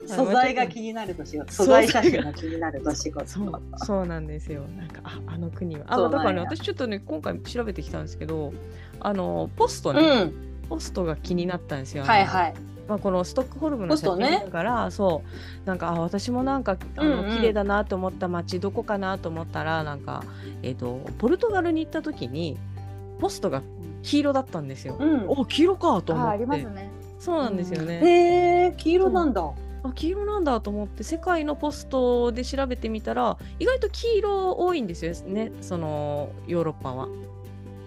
Speaker 3: 素材が気になる年頃。素材写真が気になる年頃。
Speaker 1: そうそうなんですよ。なんかああの国はあ
Speaker 3: そうなん
Speaker 1: だ
Speaker 3: や
Speaker 1: からね私ちょっとね今回調べてきたんですけど、あのポスト
Speaker 3: う
Speaker 1: ね、
Speaker 3: ん。
Speaker 1: ポストが気になったんですよ。
Speaker 3: はいはい。
Speaker 1: まあ、このストックホルムの
Speaker 3: ポス
Speaker 1: 写
Speaker 3: ト
Speaker 1: 真
Speaker 3: ね
Speaker 1: だから、そうなんかあ私もなんかあの、
Speaker 3: うんうん
Speaker 1: 綺麗だなと思った街どこかなと思ったらなんか、えー、とポルトガルに行った時にポストが黄色だったんですよ。
Speaker 3: うん。
Speaker 1: お黄色かと思
Speaker 2: あ
Speaker 1: って
Speaker 2: ありますね。
Speaker 1: そうなんですよね、
Speaker 3: へえ、黄色なんだ。
Speaker 1: あ黄色なんだと思って世界のポストで調べてみたら意外と黄色多いんですよねそのヨーロッパは。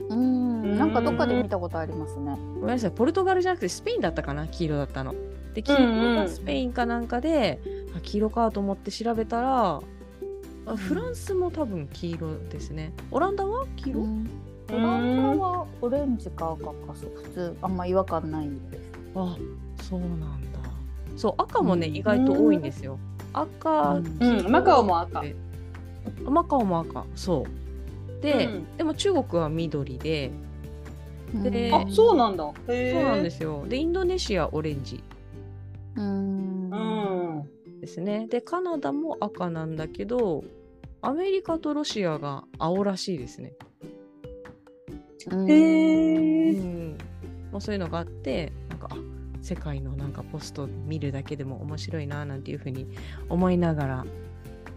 Speaker 2: うん、なんかどっかで見たことありますね。
Speaker 1: ごめんなさいポルトガルじゃなくてスペインだったかな黄色だったの。で黄
Speaker 3: うん
Speaker 1: 色
Speaker 3: う
Speaker 1: が
Speaker 3: ん
Speaker 1: スペインかなんかで、あ黄色かと思って調べたらあフランスも多分黄色ですねオランダは黄色、
Speaker 2: うんオランダはオレンジか赤かそう普通あんま違和感ないです。
Speaker 1: あそうなんだそう赤もね、
Speaker 2: うん
Speaker 1: 意外と多いんですよ赤、
Speaker 2: うん
Speaker 3: うん、マカオも赤。
Speaker 1: あマカオも赤そうで、
Speaker 3: うん
Speaker 1: でも中国は緑でで
Speaker 3: あ、そうなんだ。へえ。。
Speaker 1: そうなんですすよでインドネシアオレンジ
Speaker 2: うん。
Speaker 3: うん。
Speaker 1: ですねでカナダも赤なんだけどアメリカとロシアが青らしいですね、
Speaker 2: うん
Speaker 1: う
Speaker 3: へえ。
Speaker 1: んまあ、そういうのがあってなんかあ世界のなんかポスト見るだけでも面白いななんていうふうに思いながら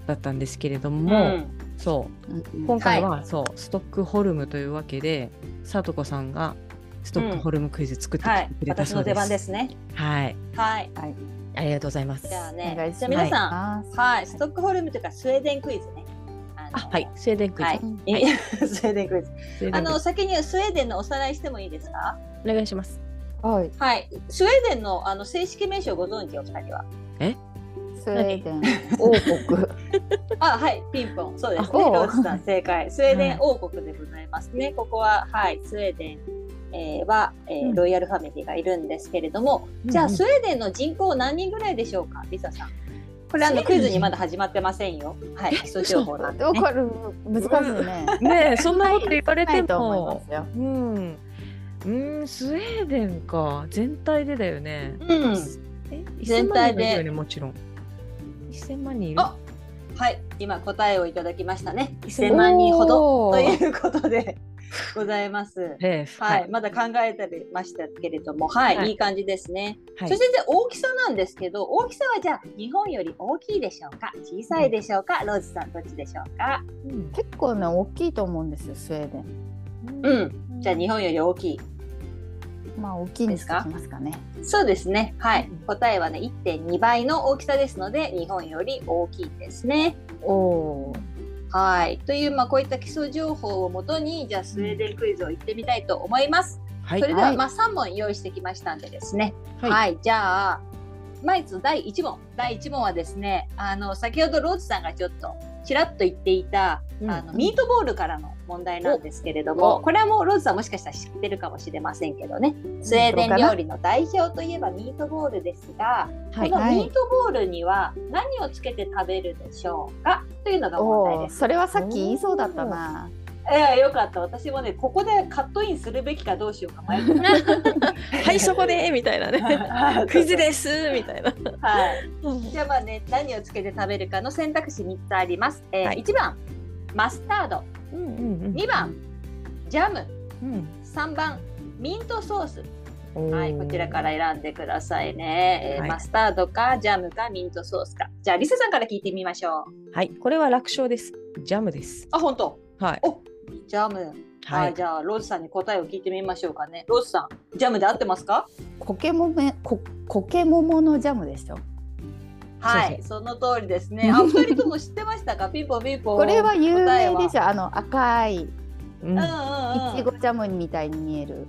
Speaker 1: だったんですけれども、
Speaker 3: ん。
Speaker 1: そう
Speaker 2: うん
Speaker 1: 今回は、そうストックホルムというわけでさとこさんがストックホルムクイズ作って
Speaker 3: はい
Speaker 1: きてく。れた
Speaker 3: 私
Speaker 1: そう
Speaker 3: の
Speaker 1: で
Speaker 3: 出
Speaker 1: す。
Speaker 3: 番ですね。
Speaker 1: はい、
Speaker 3: はい。
Speaker 1: ありがとうございます。
Speaker 3: じゃあ
Speaker 2: お願い
Speaker 3: ね。
Speaker 2: します
Speaker 3: じゃあ皆さん。
Speaker 2: あー
Speaker 3: はい、ストックホルムというかスウェーデンクイズね。あ
Speaker 1: あ、はい、スウェーデンクイズ。
Speaker 3: はい
Speaker 2: うん
Speaker 3: え スウェーデンクイズ。
Speaker 1: スウェーデン
Speaker 3: あ
Speaker 1: クイ
Speaker 3: の
Speaker 1: ズ
Speaker 3: 先にスウェーデンのおさらいしてもいいですか？
Speaker 1: お願いします。
Speaker 2: はい、
Speaker 3: はい。スウェーデンのあの正式名称ご存知お二人は？
Speaker 2: スウェーデン王国。
Speaker 3: あはいピンポンそうです
Speaker 2: あ
Speaker 3: ね
Speaker 2: おう
Speaker 3: ロッチさん正解スウェーデン王国でございますね、ここははいスウェーデン、えーは、えー
Speaker 1: うん
Speaker 3: ロイヤルファミリーがいるんですけれども、じゃあスウェーデンの人口何人ぐらいでしょうかリサさんこれあの
Speaker 1: スウェ
Speaker 3: ク
Speaker 1: ーデン
Speaker 3: イズにまだ始まってませんよはい基礎情報なんで、
Speaker 2: わ
Speaker 3: ね、
Speaker 2: かる、難しいね。
Speaker 1: うんねえ、そんなこと言われ
Speaker 2: な
Speaker 1: て
Speaker 2: いと思いま
Speaker 1: も。
Speaker 2: すよ。
Speaker 1: うん。うん、スウェーデンか、全体でだよね。
Speaker 3: うん
Speaker 1: え、
Speaker 3: 全体
Speaker 1: 1000万人も
Speaker 3: で
Speaker 1: いるよね、もちろん。一千万人いる。
Speaker 3: あはい今答えをいただきましたね
Speaker 1: 1000
Speaker 3: 1000万人ほど
Speaker 2: お
Speaker 3: と
Speaker 2: ー
Speaker 3: いうことでございます
Speaker 1: ええ
Speaker 3: はい、まだ考えてましたけれどもはい、
Speaker 1: はい
Speaker 3: い、い感じですね
Speaker 1: はい
Speaker 3: そしてで大きさなんですけど大きさはじゃあ日本より大きいでしょうか小さいでしょうか、ローズさんどっちでしょうか
Speaker 1: うん
Speaker 2: 結構ね、大きいと思うんですよ、スウェーデン。
Speaker 3: うんじゃあ日本より大きい
Speaker 2: まあ、大きいにしてきますかね。
Speaker 3: そうですねはい、
Speaker 1: うん
Speaker 3: 答えはね1.2倍の大きさですので日本より大きいですね
Speaker 2: おおー。
Speaker 3: はいというまあこういった基礎情報をもとにじゃあスウェーデンクイズを行ってみたいと思います、
Speaker 1: はい
Speaker 3: それでは、
Speaker 2: はい
Speaker 3: まあ3問用意してきましたんでですねはい、
Speaker 1: はい。
Speaker 3: じゃあまず第1問第1問はですねあの先ほどローズさんがちょっとちらっと言っていた、
Speaker 1: うん
Speaker 3: あのミートボールからの問題なんですけれども
Speaker 2: お
Speaker 3: これはもうローズさんもしかしたら知ってるかもしれませんけどねスウェーデン料理の代表といえばミートボールですが、
Speaker 1: はい
Speaker 3: この
Speaker 2: はい
Speaker 3: ミートボールには何をつけて食べるでしょうかというのが問
Speaker 2: お
Speaker 3: 題
Speaker 2: お、
Speaker 3: です。
Speaker 2: それはさっき言いそうだったな。
Speaker 3: ええよかった私もねここでカットインするべきかどうしようか迷ってた
Speaker 1: はい、そこでみたいなね。 クイズですみたいな。
Speaker 3: はい
Speaker 1: は
Speaker 3: じゃあまあね何をつけて食べるかの選択肢3つあります。えー
Speaker 1: はい
Speaker 3: 1番マスタード
Speaker 1: うんうんうん
Speaker 3: 2番ジャム
Speaker 1: うん
Speaker 3: 3番ミントソース、
Speaker 1: おー
Speaker 3: はい、こちらから選んでくださいね、えー
Speaker 1: はい
Speaker 3: マスタードかジャムかミントソースかじゃあリサさんから聞いてみましょう
Speaker 1: はい、これは楽勝です。ジャムです。
Speaker 3: あ本当
Speaker 1: はい。
Speaker 3: おジャムはい、じゃあローズさんに答えを聞いてみましょうかねローズさんジャムで合ってますか
Speaker 2: コケモメ、こ、コケモモのジャムでしょ。
Speaker 3: はいその通りです ねあお二人とも知ってましたかピンポンピンポン
Speaker 2: これは有名でし
Speaker 3: ょ
Speaker 2: ょ。あの赤い、い
Speaker 1: うん
Speaker 3: うんうんうん
Speaker 2: ちごジャムみたいに見える。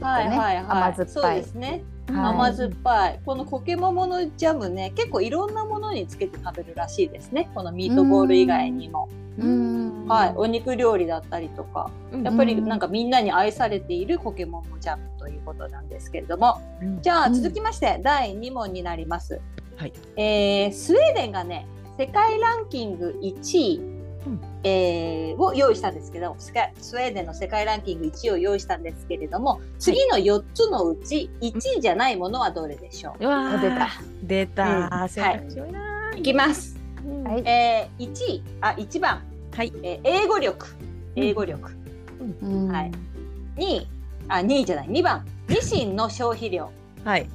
Speaker 3: はいはいはい、
Speaker 2: 甘酸っぱい
Speaker 3: そうですね
Speaker 2: はい
Speaker 3: 甘酸っぱいこのコケモモのジャムね結構いろんなものにつけて食べるらしいですねこのミートボール以外にも、
Speaker 2: うーん。
Speaker 3: はい、お肉料理だったりとかやっぱりなんかみんなに愛されているコケモモジャムということなんですけれども
Speaker 1: うん
Speaker 3: じゃあ続きまして第2問になります、
Speaker 1: はい
Speaker 3: えースウェーデンがね世界ランキング1位、
Speaker 1: うん
Speaker 3: えーを用意したんですけどスカスウェーデンの世界ランキング1位を用意したんですけれども次の4つのうち1位じゃないものはどれでしょう、
Speaker 1: うわ
Speaker 2: あ出た。
Speaker 1: 出
Speaker 3: う
Speaker 1: た。
Speaker 3: ん
Speaker 1: 選択肢多いな。
Speaker 3: いきます。
Speaker 1: うん
Speaker 2: はい
Speaker 3: えー、1位、あ、1番、
Speaker 1: はい
Speaker 3: えー英語力、英語力。
Speaker 2: うん
Speaker 3: はい2位、あ、2位じゃない、2番、 ミシンの消費量。
Speaker 1: はい。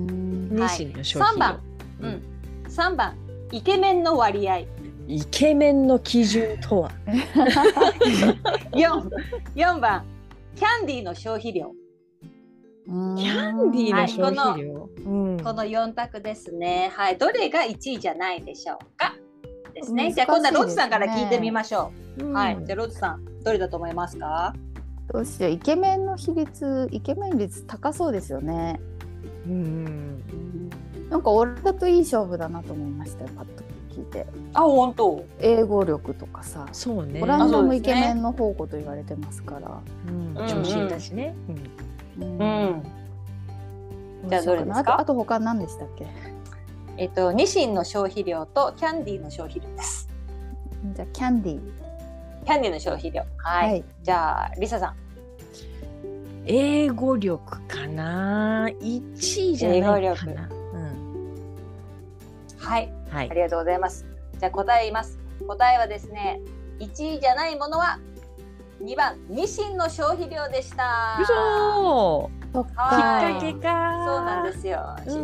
Speaker 2: うん
Speaker 1: ニシンの商
Speaker 3: 3
Speaker 1: 品。
Speaker 3: 番、
Speaker 1: う
Speaker 3: うんん、3番、イケメンの割合。
Speaker 1: イケメンの基準とは。
Speaker 3: 4、4番、キャンディーの消費量。
Speaker 1: キャンディーの消費量。うん
Speaker 3: この4択ですね。はい、どれが1位じゃないでしょうか。で
Speaker 2: 難しいで
Speaker 3: すね。
Speaker 2: すね
Speaker 3: じゃあ、今度はロッチさんから聞いてみましょ
Speaker 1: う
Speaker 3: う。
Speaker 1: ん
Speaker 3: はい、じゃあ、ロッチさん、どれだと思いますか。
Speaker 2: どうしようイケメンの比率イケメン率高そうですよね
Speaker 1: うん。
Speaker 2: なんか俺だといい勝負だなと思いましたよパッと聞いて
Speaker 3: あ、本当。
Speaker 2: 英語力とかさ
Speaker 1: そうね。
Speaker 2: オラン
Speaker 3: あ
Speaker 2: ダ
Speaker 3: そう
Speaker 2: も
Speaker 3: で
Speaker 2: イ
Speaker 3: すね
Speaker 2: ケメンの宝庫と言われてますから、
Speaker 1: うん調子いいだしね。うん
Speaker 2: うん
Speaker 3: うん。じゃあどれですか
Speaker 2: あとあと他何でしたっけ
Speaker 3: えっと、ニシンの消費量とキャンディーの消費量です。
Speaker 2: じゃあキャンディー
Speaker 3: キャンディーの消費量。はい。
Speaker 2: はい
Speaker 3: じゃあ、リサさん。
Speaker 1: 英語力かな。一位じゃないかな。うん。
Speaker 3: はい。
Speaker 1: はい
Speaker 3: あ。りがとうございます。じゃあ、答え言います。答えはですね、1位じゃないものは、2番、ニシンの消費量でした。
Speaker 1: 嘘。
Speaker 2: そっ
Speaker 1: きっ
Speaker 3: は
Speaker 1: か
Speaker 3: い
Speaker 1: け
Speaker 2: か
Speaker 1: か。そう
Speaker 3: そうなんですよ。
Speaker 1: う ん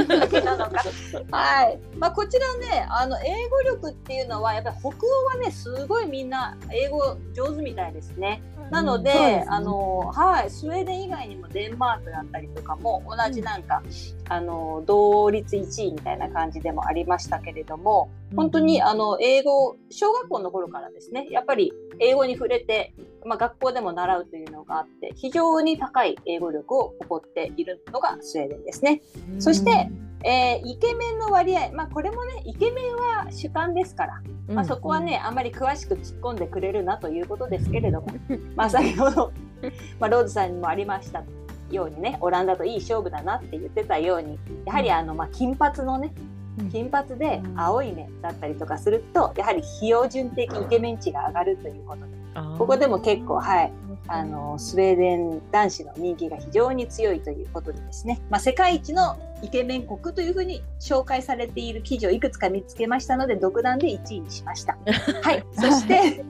Speaker 3: 言うだけなのかはい。まあこちらね、あの英語力っていうのはやっぱり北欧はね、すごいみんな英語上手みたいですね。なので、
Speaker 2: うんそうですね
Speaker 3: あのはい、スウェーデン以外にもデンマークだったりとかも同じなんか、あの同率1位みたいな感じでもありましたけれども本当にあの英語小学校の頃からですねやっぱり英語に触れて、まあ、学校でも習うというのがあって非常に高い英語力を誇っているのがスウェーデンですね。そして、えーイケメンの割合、まあ、これもねイケメンは主観ですから、まあ、そこはね、あんまり詳しく突っ込んでくれるなということですけれどもまあ先ほど、 まあ、ローズさんにもありましたようにねオランダといい勝負だなって言ってたようにやはりあの、まあ、金髪のね
Speaker 1: うん
Speaker 3: 金髪で
Speaker 2: うん
Speaker 3: 青い目だったりとかするとやはり標準的イケメン値が上がるということで
Speaker 1: あー
Speaker 3: ここでも結構はいあのスウェーデン男子の人気が非常に強いということでですね、まあ、世界一のイケメン国というふうに紹介されている記事をいくつか見つけましたので独断で1位にしました。はい、そして、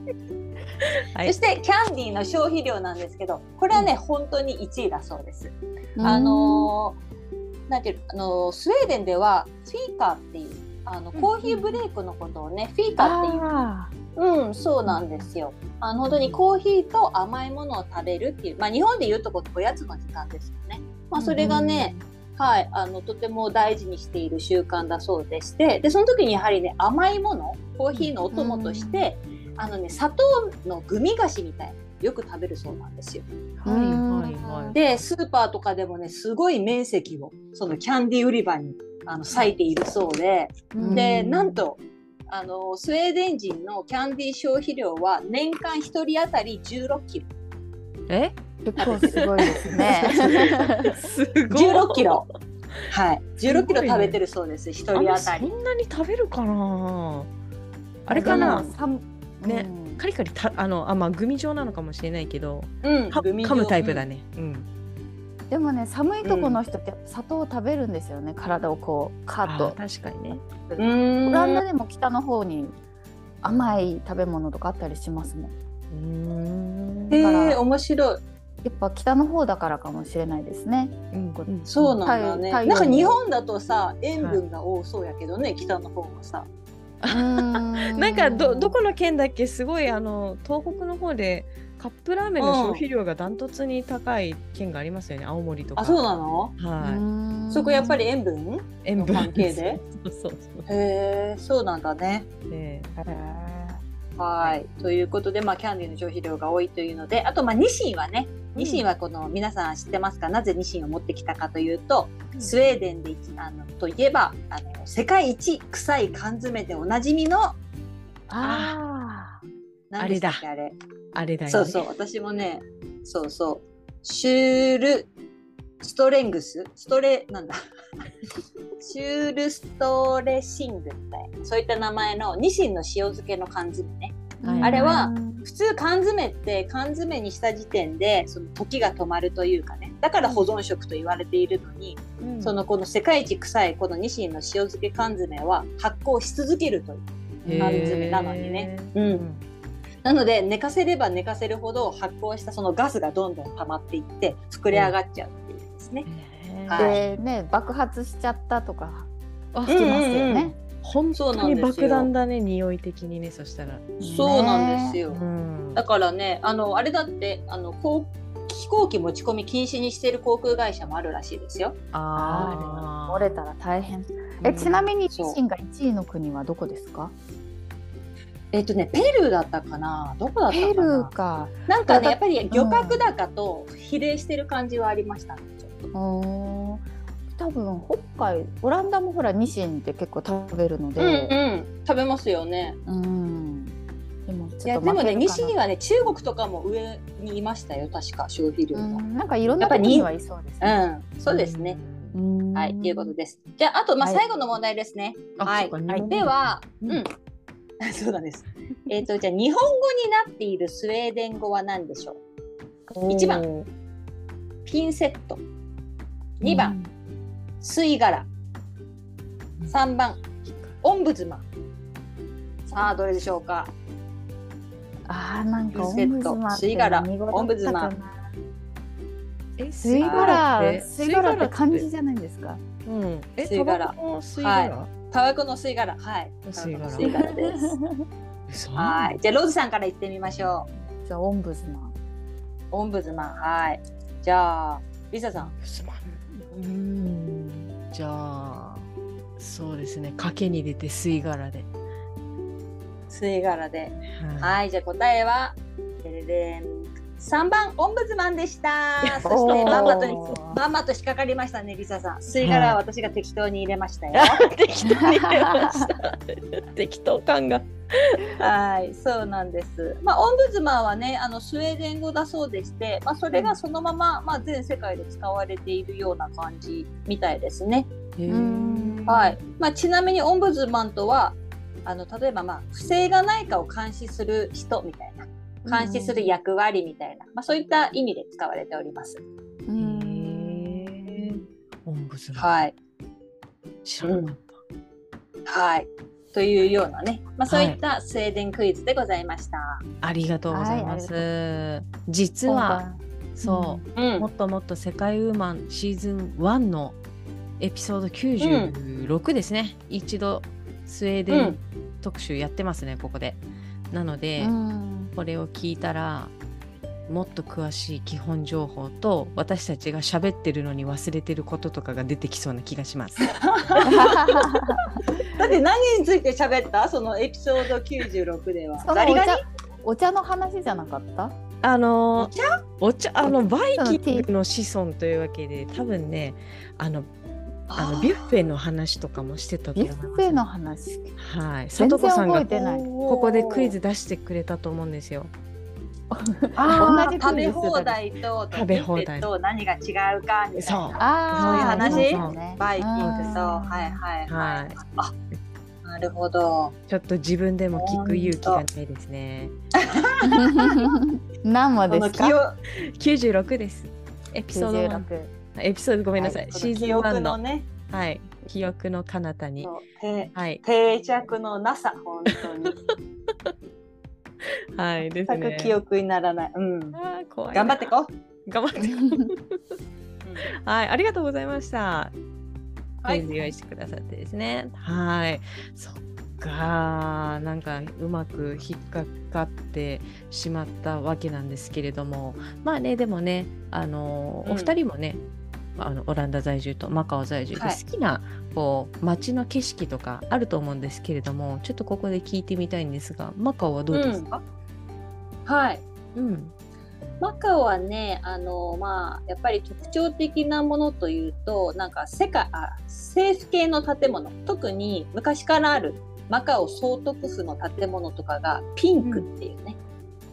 Speaker 1: は
Speaker 3: そ
Speaker 1: い
Speaker 3: してキャンディーの消費量なんですけどこれはね、本当に1位だそうです。あのーなんていうのあのースウェーデンではフィーカーっていうあのコーヒーブレイクのことをね、フィーカーっていう
Speaker 2: あー
Speaker 3: うんそうなんですよあの本当にコーヒーと甘いものを食べるっていうまあ日本でいうとこおやつの時間ですよねまあそれがね、はいあのとても大事にしている習慣だそうでしてでその時にやはりね甘いものコーヒーのお供として、あのね砂糖のグミ菓子みたいなのよく食べるそうなんですよ
Speaker 1: はいはいはい
Speaker 3: でスーパーとかでもねすごい面積をそのキャンディー売り場にあの割いているそうで
Speaker 2: うん
Speaker 3: でなんとあのスウェーデン人のキャンディー消費量は年間1人当たり16キロ
Speaker 1: え
Speaker 2: 結構すごいですね。
Speaker 1: すごい
Speaker 3: 16キロはい16キ
Speaker 1: すごい
Speaker 3: ロ
Speaker 1: ね
Speaker 3: 食べてるそうです1人
Speaker 1: あんま
Speaker 3: 当た
Speaker 1: そ
Speaker 3: り
Speaker 1: んなに食べるかなあれかな
Speaker 2: でも
Speaker 1: さんね
Speaker 2: うん
Speaker 1: カリカリたあのあまあグミ状なのかもしれないけど
Speaker 3: うん
Speaker 1: か
Speaker 3: グミ
Speaker 1: 噛むタイプだねうん
Speaker 2: でもね寒いとこの人って砂糖を食べるんですよね、体をこうカ
Speaker 1: あ
Speaker 2: ーッと
Speaker 1: 確かにね
Speaker 3: う
Speaker 2: オランダ
Speaker 3: ん
Speaker 2: でも北の方に甘い食べ物とかあったりしますもん
Speaker 1: うーん
Speaker 3: へ
Speaker 2: だから
Speaker 3: え面白い
Speaker 2: やっぱ北の方だからかもしれないですね
Speaker 1: うんうん
Speaker 3: そうなんだね
Speaker 2: 太
Speaker 3: な
Speaker 2: 陽
Speaker 3: んか日本だとさ塩分が多そうやけどね北の方はさ
Speaker 2: な
Speaker 1: なんかどどこの県だっけすごいあの東北の方でカップラーメンの消費量がダントツに高い県がありますよね青森とか
Speaker 3: あそうなの
Speaker 1: は
Speaker 3: そこやっぱ
Speaker 2: り
Speaker 3: り塩分
Speaker 1: い塩分
Speaker 3: 関係で
Speaker 1: そうそうそ
Speaker 3: へえそうなんだね
Speaker 1: うね
Speaker 3: はい、ということで、まあ、キャンディーの消費量が多いというのであと、まあ、ニシンはねニシンはこの、皆さん知ってますかなぜニシンを持ってきたかというと、
Speaker 1: うん
Speaker 3: スウェーデンでいあのといえばあの世界一臭い缶詰でおなじみの
Speaker 2: あー
Speaker 3: 何でしたっけあれ
Speaker 1: あれだよね
Speaker 3: そうそう私もねそうそうシュールストレングスストレな んだシュールストレシングみたいなそういった名前のニシンの塩漬けの缶詰ね
Speaker 1: はい
Speaker 3: あれは
Speaker 2: うん
Speaker 3: 普通缶詰って缶詰にした時点でその時が止まるというかねだから保存食と言われているのに、
Speaker 1: うん
Speaker 3: そのこの世界一臭いこのニシンの塩漬け缶詰は発酵し続けるという、
Speaker 1: へー
Speaker 3: 缶詰なのにねうん、なので寝かせれば寝かせるほど発酵したそのガスがどんどん溜まっていって膨れ上がっちゃうっていうですね、
Speaker 1: へー
Speaker 3: は
Speaker 2: で
Speaker 3: い
Speaker 2: ね爆発しちゃったとか
Speaker 1: あ
Speaker 2: 聞きますよ
Speaker 3: うんうんう
Speaker 2: ね
Speaker 3: ん
Speaker 1: 本
Speaker 3: そうな
Speaker 1: 当に
Speaker 3: んですよ
Speaker 1: 爆弾だね匂い的にねそしたら
Speaker 3: そうなんですよ、
Speaker 1: うん
Speaker 3: だからねあのあれだってあのこう飛行機持ち込み禁止にしている航空会社もあるらしいですよ
Speaker 1: あー
Speaker 2: 折れたら大変えちなみにニシ
Speaker 3: そう
Speaker 2: ンが1位の国はどこですか
Speaker 3: えっとねペルーだったかなどこだったか
Speaker 2: ペ
Speaker 3: な
Speaker 2: ルーか
Speaker 3: なんか
Speaker 2: だ
Speaker 3: ねやっぱり漁獲高と比例してる感じはありましたね。ちょっと
Speaker 2: うーん多分北海オランダもほらニシンって結構食べるので、
Speaker 3: ん、食べますよね。
Speaker 2: うんでもちょっと
Speaker 3: いやでもね
Speaker 2: 負けるか
Speaker 3: 西
Speaker 2: な
Speaker 3: にはね中国とかも上にいましたよ確か消費量
Speaker 2: う
Speaker 3: が。
Speaker 2: んなんかいろんな
Speaker 3: やっぱり
Speaker 2: 国にはいそうです
Speaker 3: う
Speaker 2: ね。
Speaker 3: ん、そうですね。
Speaker 2: うん
Speaker 3: はいということです。じゃああとまあ
Speaker 2: はい
Speaker 3: 最後の問題ですね。
Speaker 1: あ
Speaker 3: はい
Speaker 1: そうか日本
Speaker 3: では、
Speaker 1: う
Speaker 3: うんん、 そうなんです。えっとじゃあ日本語になっているスウェーデン語は何でしょう。一番
Speaker 1: おー
Speaker 3: ピンセット。二番吸い殻。三番オンブズマン。さあどれでしょうか。
Speaker 2: あーなんか
Speaker 3: リ
Speaker 2: オ
Speaker 3: セ
Speaker 2: ン
Speaker 3: ッ
Speaker 2: ブズ
Speaker 3: ト
Speaker 2: マンって
Speaker 3: 吸い殻
Speaker 2: 濁った
Speaker 3: オンブズマン
Speaker 2: かな
Speaker 1: え
Speaker 2: 吸い
Speaker 1: 殻
Speaker 2: 殻吸い殻って漢字じゃないですか
Speaker 1: うんえ
Speaker 3: 吸い殻
Speaker 1: タバコの吸い殻、
Speaker 3: タバコの吸い殻。はい。
Speaker 1: 吸い殻
Speaker 3: タバコの吸い殻です。
Speaker 1: 嘘
Speaker 3: はい、じゃあローズさんから言ってみましょ う。
Speaker 2: じゃあオンブズマン
Speaker 3: オンブズマン、はい。じゃあ、リサさん。
Speaker 1: すまんうーんじじゃあそうですね賭けに出て吸い殻で、
Speaker 3: 吸い殻で。
Speaker 1: はい
Speaker 3: はい、じゃあ答えは、でれれん3番オンブズマンでした。そし
Speaker 2: お
Speaker 3: て
Speaker 2: ー
Speaker 3: まんまとまんまと引っかかりましたね、リサさん。吸い殻は私が適当に入れましたよ。
Speaker 1: 適当に出ました 適当感が
Speaker 3: はい、そうなんです。まあオンブズマンはね、あのスウェーデン語だそうでして、まあそれがそのまままあ全世界で使われているような感じみたいですね。
Speaker 1: へ
Speaker 2: う
Speaker 1: ー
Speaker 2: ん
Speaker 3: はい。まあちなみにオンブズマンとは、あの例えばまあ不正がないかを監視する人みたいな。監視する役割みたいな、まあ、そういった意味で使われております。
Speaker 2: う
Speaker 1: へ
Speaker 2: ん
Speaker 1: ーオンブズマン
Speaker 3: はい、
Speaker 1: 知らなかっ
Speaker 3: はい、というようなね、まあ、そういったスウェーデンクイズでございました。
Speaker 1: たありがとうございます、実
Speaker 2: 今
Speaker 1: は
Speaker 2: 晩
Speaker 1: そうう、
Speaker 3: ん
Speaker 1: もっともっと世界ウーマンシーズン1のエピソード96ですね、一度スウェーデ
Speaker 3: う
Speaker 1: ン
Speaker 3: ん
Speaker 1: 特集やってますね、ここでなので、
Speaker 2: う ん
Speaker 1: これを聞いたらもっと詳しい基本情報と私たちが喋ってるのに忘れてることとかが出てきそうな気がし ます
Speaker 3: だって何について喋ったそのエピソード96では。
Speaker 2: そ
Speaker 3: ザ
Speaker 2: の
Speaker 3: リ
Speaker 2: お
Speaker 3: ガ
Speaker 2: 茶
Speaker 3: ニ
Speaker 2: お茶の話じゃなかった
Speaker 1: あの
Speaker 3: お
Speaker 1: ーお茶あのバイ
Speaker 2: そのテ
Speaker 1: キン
Speaker 2: ィ
Speaker 1: グの子孫というわけで多分ねあのあ
Speaker 3: あ
Speaker 1: の
Speaker 3: ー
Speaker 1: ビュッフェの話とかもしてたと
Speaker 2: ビ
Speaker 1: 思
Speaker 2: ュ
Speaker 1: い
Speaker 2: ッ
Speaker 1: ます
Speaker 2: フェの話
Speaker 1: はい
Speaker 2: 全
Speaker 1: 里
Speaker 2: 然
Speaker 1: 子さん
Speaker 2: 覚
Speaker 1: が
Speaker 2: えてない
Speaker 1: ここでクイズ出してくれたと思うんですよ。
Speaker 3: あ
Speaker 2: 同
Speaker 3: ー
Speaker 2: じ
Speaker 3: 食
Speaker 2: クイ
Speaker 3: べ
Speaker 2: ズ
Speaker 3: 放題と
Speaker 1: 食べ放題
Speaker 3: ビュッフェと何が違うかみたい
Speaker 1: そ
Speaker 3: な
Speaker 2: ああ
Speaker 3: そういう話
Speaker 2: ね
Speaker 3: バイキング
Speaker 2: う
Speaker 3: と
Speaker 2: ん
Speaker 3: はいはいは
Speaker 1: はい
Speaker 3: いあなるほど
Speaker 1: う。ちょっと自分でも聞く勇気がないですね。
Speaker 2: 何話
Speaker 3: そ
Speaker 2: で
Speaker 3: の
Speaker 2: す
Speaker 3: 記
Speaker 2: か
Speaker 3: 憶
Speaker 1: 96です。エピソード1
Speaker 2: 96
Speaker 1: エピソードごめんなさい。
Speaker 3: はい
Speaker 1: シーズン
Speaker 3: 記
Speaker 1: 1
Speaker 3: 憶
Speaker 1: の
Speaker 3: のね
Speaker 1: はい記憶の彼方に
Speaker 3: そう定
Speaker 1: はい
Speaker 3: 定着のなさ本 当に
Speaker 1: はいです
Speaker 3: 全
Speaker 1: ね
Speaker 3: く。記憶にならない、うん、
Speaker 1: あー怖いな。
Speaker 3: 頑張ってこう、
Speaker 1: 頑張って。はいありがとうございました。クイズ用意してくださってですね。はい。そっかー。なんかうまく引っかかってしまったわけなんですけれども、まあね、でもね、あのー、
Speaker 3: うん
Speaker 1: お二人もね、まああのオランダ在住とマカオ在住で
Speaker 3: はい
Speaker 1: 好きな、こう街の景色とかあると思うんですけれどもちょっとここで聞いてみたいんですがマカオはどうですか、
Speaker 3: はい
Speaker 1: うん
Speaker 3: マカオはね、あのまあやっぱり特徴的なものというと、なんか世界あ政府系の建物、特に昔からあるマカオ総督府の建物とかがピンクっていうね、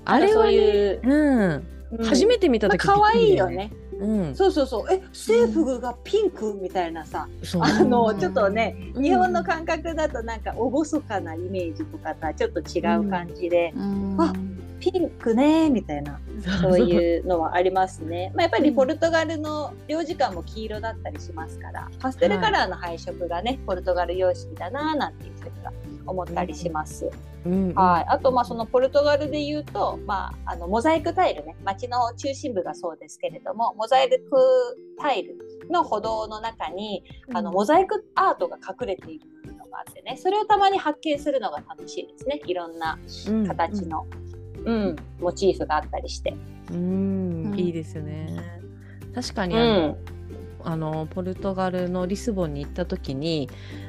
Speaker 1: あれは
Speaker 3: そう
Speaker 1: ね
Speaker 3: いう、
Speaker 1: うん、
Speaker 3: うん
Speaker 1: 初めて見た
Speaker 3: まあ
Speaker 1: 時
Speaker 3: 可愛いよ
Speaker 1: びっ
Speaker 3: ね。
Speaker 1: くりだよね。
Speaker 3: そうそうそう。え、政府がピンクみたいなさ、
Speaker 1: うん、そう
Speaker 3: あの
Speaker 2: うん
Speaker 3: ちょっとね、日本の感覚だとなんか厳かなイメージとかとはちょっと違う感じで、
Speaker 2: うん
Speaker 3: あピンクねみたいな。そういうのはあります ね。まあ、やっぱりポルトガルの領事館も黄色だったりしますから、パステルカラーの配色がね、ポルトガル様式だなぁなんていうふうには思ったりします。
Speaker 1: うん、
Speaker 3: はい。あと、まあ、そのポルトガルで言うと、まあ、あの、モザイクタイルね、街の中心部がそうですけれども、モザイクタイルの歩道の中に、あの、モザイクアートが隠れているのがあってね、それをたまに発見するのが楽しいですね。いろんな
Speaker 1: うん
Speaker 3: 形の、うん、モチーフがあったりして。
Speaker 1: うん、
Speaker 2: うん
Speaker 1: いいですね。確かに
Speaker 3: う
Speaker 1: あの、
Speaker 3: ん
Speaker 1: あのポルトガルのリスボンに行った時に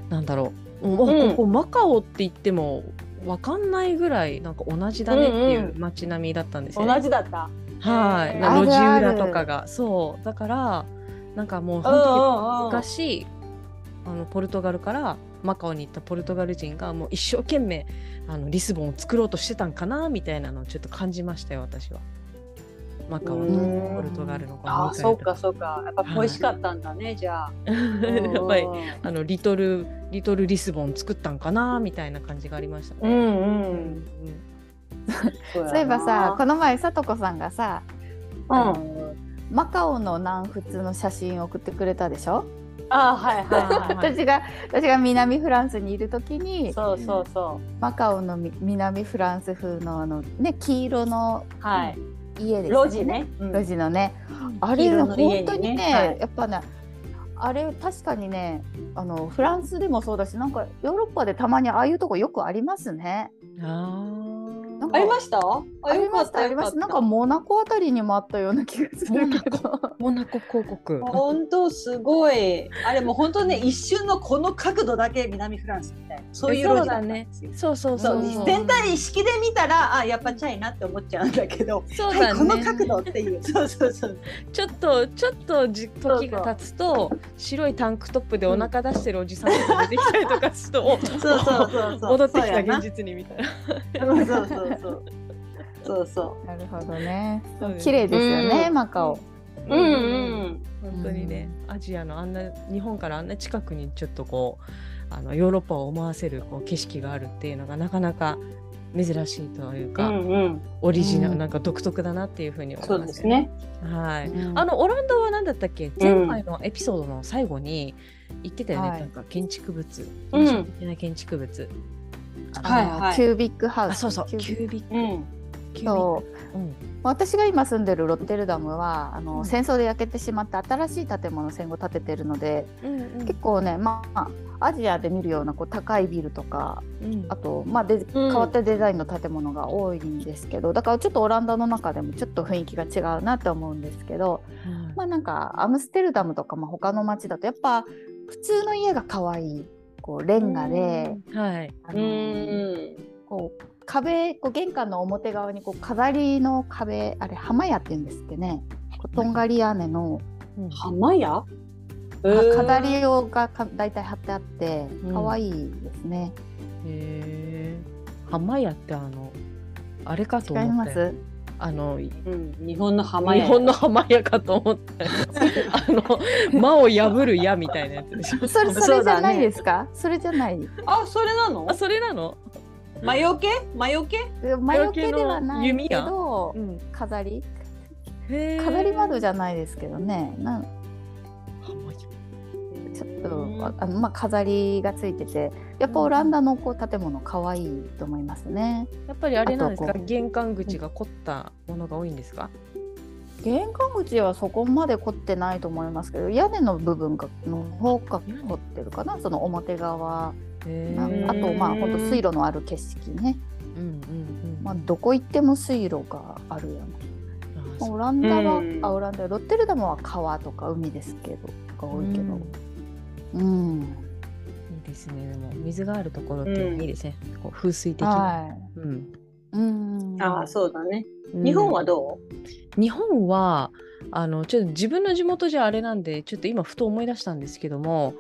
Speaker 1: 何だろう、うわ
Speaker 3: うん
Speaker 1: ここマカオって言っても分かんないぐらいなんか同じだねっていう街並みだったんですよね。
Speaker 3: 同じだった。
Speaker 1: はい、
Speaker 3: うん
Speaker 1: 路
Speaker 2: あ
Speaker 1: 地
Speaker 2: るあ
Speaker 1: 裏
Speaker 2: る
Speaker 1: とかがそうだからなんかもう
Speaker 3: うんうん
Speaker 1: 本当に
Speaker 3: うん
Speaker 1: 昔あのポルトガルからマカオに行ったポルトガル人がもう一生懸命あのリスボンを作ろうとしてたんかなみたいなのをちょっと感じましたよ私は。マカオ
Speaker 3: う
Speaker 1: と
Speaker 3: ん
Speaker 1: ポルトガルのこの
Speaker 3: あ
Speaker 1: 二
Speaker 3: あ、
Speaker 1: 人
Speaker 3: そうか、そうか、やっぱ恋しかったんだね、じゃあ。
Speaker 1: やっぱり
Speaker 3: うん
Speaker 1: あのリトルリトルリスボン作ったんかなみたいな感じがありましたね。
Speaker 3: うん
Speaker 1: う
Speaker 3: うん。
Speaker 1: ん
Speaker 3: そう
Speaker 2: そういえばさこの前さとこさんがさ、
Speaker 3: うん、
Speaker 2: あ
Speaker 3: あ
Speaker 2: のマカオの南仏の写真を送ってくれたでしょ、
Speaker 3: あ、はいはいは
Speaker 1: はい
Speaker 2: 私が私が南フランスにいる時 に
Speaker 3: い。そうそうそ
Speaker 2: マカオのみ南フランス風のあの、ね、黄色の
Speaker 3: う。はい。
Speaker 2: 家ですよ
Speaker 3: 路地ね。うん
Speaker 2: 路地のねあ
Speaker 3: 黄
Speaker 2: れ
Speaker 3: 色の家
Speaker 2: 本
Speaker 3: にね
Speaker 2: 当にね、
Speaker 3: はい
Speaker 2: やっぱねあれ確かにねあのフランスでもそうだしなんかヨーロッパでたまにああいうとこよくありますね。
Speaker 1: あー
Speaker 2: なん
Speaker 3: あ
Speaker 2: か
Speaker 3: りました。
Speaker 2: ありましたありましたなんかモナコあたりにもあったような気がするけど
Speaker 1: モナコ広告。
Speaker 3: 本当すごい。あれもう本当ね、一瞬のこの角度だけ南フランスみたいな。そういう
Speaker 1: そ
Speaker 3: ロ
Speaker 1: う
Speaker 3: ジ
Speaker 1: だ
Speaker 3: ックなん
Speaker 1: ね
Speaker 3: ですよ。。
Speaker 1: そうそう
Speaker 3: そ
Speaker 1: そうう。
Speaker 2: ん
Speaker 3: 全体意識で見たらあやっぱチャイなって思っちゃうんだけど、
Speaker 1: そう
Speaker 3: は
Speaker 1: だ
Speaker 3: い、
Speaker 1: ね。
Speaker 3: この角度っていうそうそうそう
Speaker 1: ちょっとちょっとじ
Speaker 3: そう
Speaker 1: 時が経つと白いタンクトップでお腹出してるおじさんとか出てきたりとかすると、お
Speaker 3: そうそうそうそう
Speaker 1: 戻ってき
Speaker 3: そう
Speaker 1: た
Speaker 3: やな
Speaker 1: 現実にみたいな。
Speaker 3: そうそうそうそうそうそ
Speaker 2: なるほど ね
Speaker 1: そうです
Speaker 2: 綺麗ですよね、
Speaker 3: う
Speaker 2: マカオ
Speaker 3: ううんうん
Speaker 1: 本当にね、アジアのあんな日本からあんな近くにちょっとこうあのヨーロッパを思わせるこう景色があるっていうのがなかなか珍しいという
Speaker 3: う
Speaker 1: か、
Speaker 3: んうん
Speaker 1: オリジナル、
Speaker 2: うん
Speaker 1: なんか独特だなっていうふうに思いま
Speaker 3: そ
Speaker 1: す、
Speaker 3: うです。ね
Speaker 1: はい。
Speaker 2: うん
Speaker 1: あのオランダは何だったっけ前回のエピソードの最後に言ってたよね、
Speaker 2: はい
Speaker 1: なんか建築物、
Speaker 3: うん
Speaker 1: 印象的な建築物。
Speaker 3: はい
Speaker 2: あの
Speaker 3: はい
Speaker 2: キュービックハウ
Speaker 1: あ、
Speaker 2: ス
Speaker 1: そうそう、キ
Speaker 2: キュ
Speaker 1: ュ
Speaker 2: ービッ
Speaker 1: ービック。
Speaker 3: うん
Speaker 1: キュービッ
Speaker 2: クそう
Speaker 1: ク。うん
Speaker 2: 私が今住んでるロッテルダムはあの、
Speaker 1: うん
Speaker 2: 戦争で焼けてしまって新しい建物を戦後建ててるので
Speaker 1: うん
Speaker 2: 結構ねまあアジアで見るようなこう高いビルとか
Speaker 1: うん
Speaker 2: あと、まあ、で変わったデザインの建物が多いんですけど、だからちょっとオランダの中でもちょっと雰囲気が違うなって思うんですけど、まあ、なんかアムステルダムとか、まあ、他の街だとやっぱ普通の家が可愛いこうレンガで、
Speaker 1: はい。
Speaker 2: あ
Speaker 3: う
Speaker 2: の
Speaker 3: ん
Speaker 2: こう壁こう玄関の表側にこう飾りの壁あれ浜屋って言うんですってねこうとんがり屋根の、
Speaker 1: うん
Speaker 3: 浜屋
Speaker 2: あ飾
Speaker 3: へ
Speaker 2: り用がか大体貼ってあって
Speaker 1: うん
Speaker 2: 可愛いですね。
Speaker 1: へー浜屋ってあのあれかと
Speaker 2: 違い
Speaker 1: 思
Speaker 2: ま
Speaker 1: って。
Speaker 2: す
Speaker 1: あの日
Speaker 3: ーうん日本の浜屋
Speaker 1: 本の浜屋かと思って。 あの間を破る矢みたいなやつでしょ。
Speaker 2: それそ
Speaker 3: そ
Speaker 2: れ
Speaker 3: う
Speaker 2: じゃ
Speaker 3: だね
Speaker 2: ないですかそ,、れじゃない
Speaker 3: あそれなの
Speaker 1: あ、それなの？
Speaker 3: 魔除け魔除け
Speaker 2: 魔除けではないけど
Speaker 1: うん。
Speaker 2: 飾り
Speaker 1: へー
Speaker 2: 飾り窓じゃないですけどねなん
Speaker 1: 浜屋
Speaker 2: ちょっとああの、まあ、飾りがついててやっぱオランダのこう建物可愛いと思いますね。
Speaker 1: やっぱりあれなんです
Speaker 2: あ
Speaker 1: か
Speaker 2: とこう
Speaker 1: 玄関口が凝ったものが多いんですか、
Speaker 2: 玄関口はそこまで凝ってないと思いますけど屋根の部分がの方が凝ってるかなその表側
Speaker 1: へ
Speaker 2: な
Speaker 1: ー
Speaker 2: あとまあほんと水路のある景色ね、
Speaker 1: うんうんうん
Speaker 2: まあ、どこ行っても水路があるよう
Speaker 1: あ
Speaker 2: な
Speaker 1: そう
Speaker 2: オランダは、
Speaker 3: うん
Speaker 2: あオランダロッテルダムは川とか海ですけどが多いけ
Speaker 1: うん
Speaker 2: どうん、
Speaker 1: いいですねでも水があるところっていうのはいいですね、こう風水的な、
Speaker 2: は
Speaker 1: うん
Speaker 2: い、うん
Speaker 3: あそうだね日本はどう
Speaker 1: 日本はあのちょっと自分の地元じゃあれなんでちょっと今ふと思い出したんですけども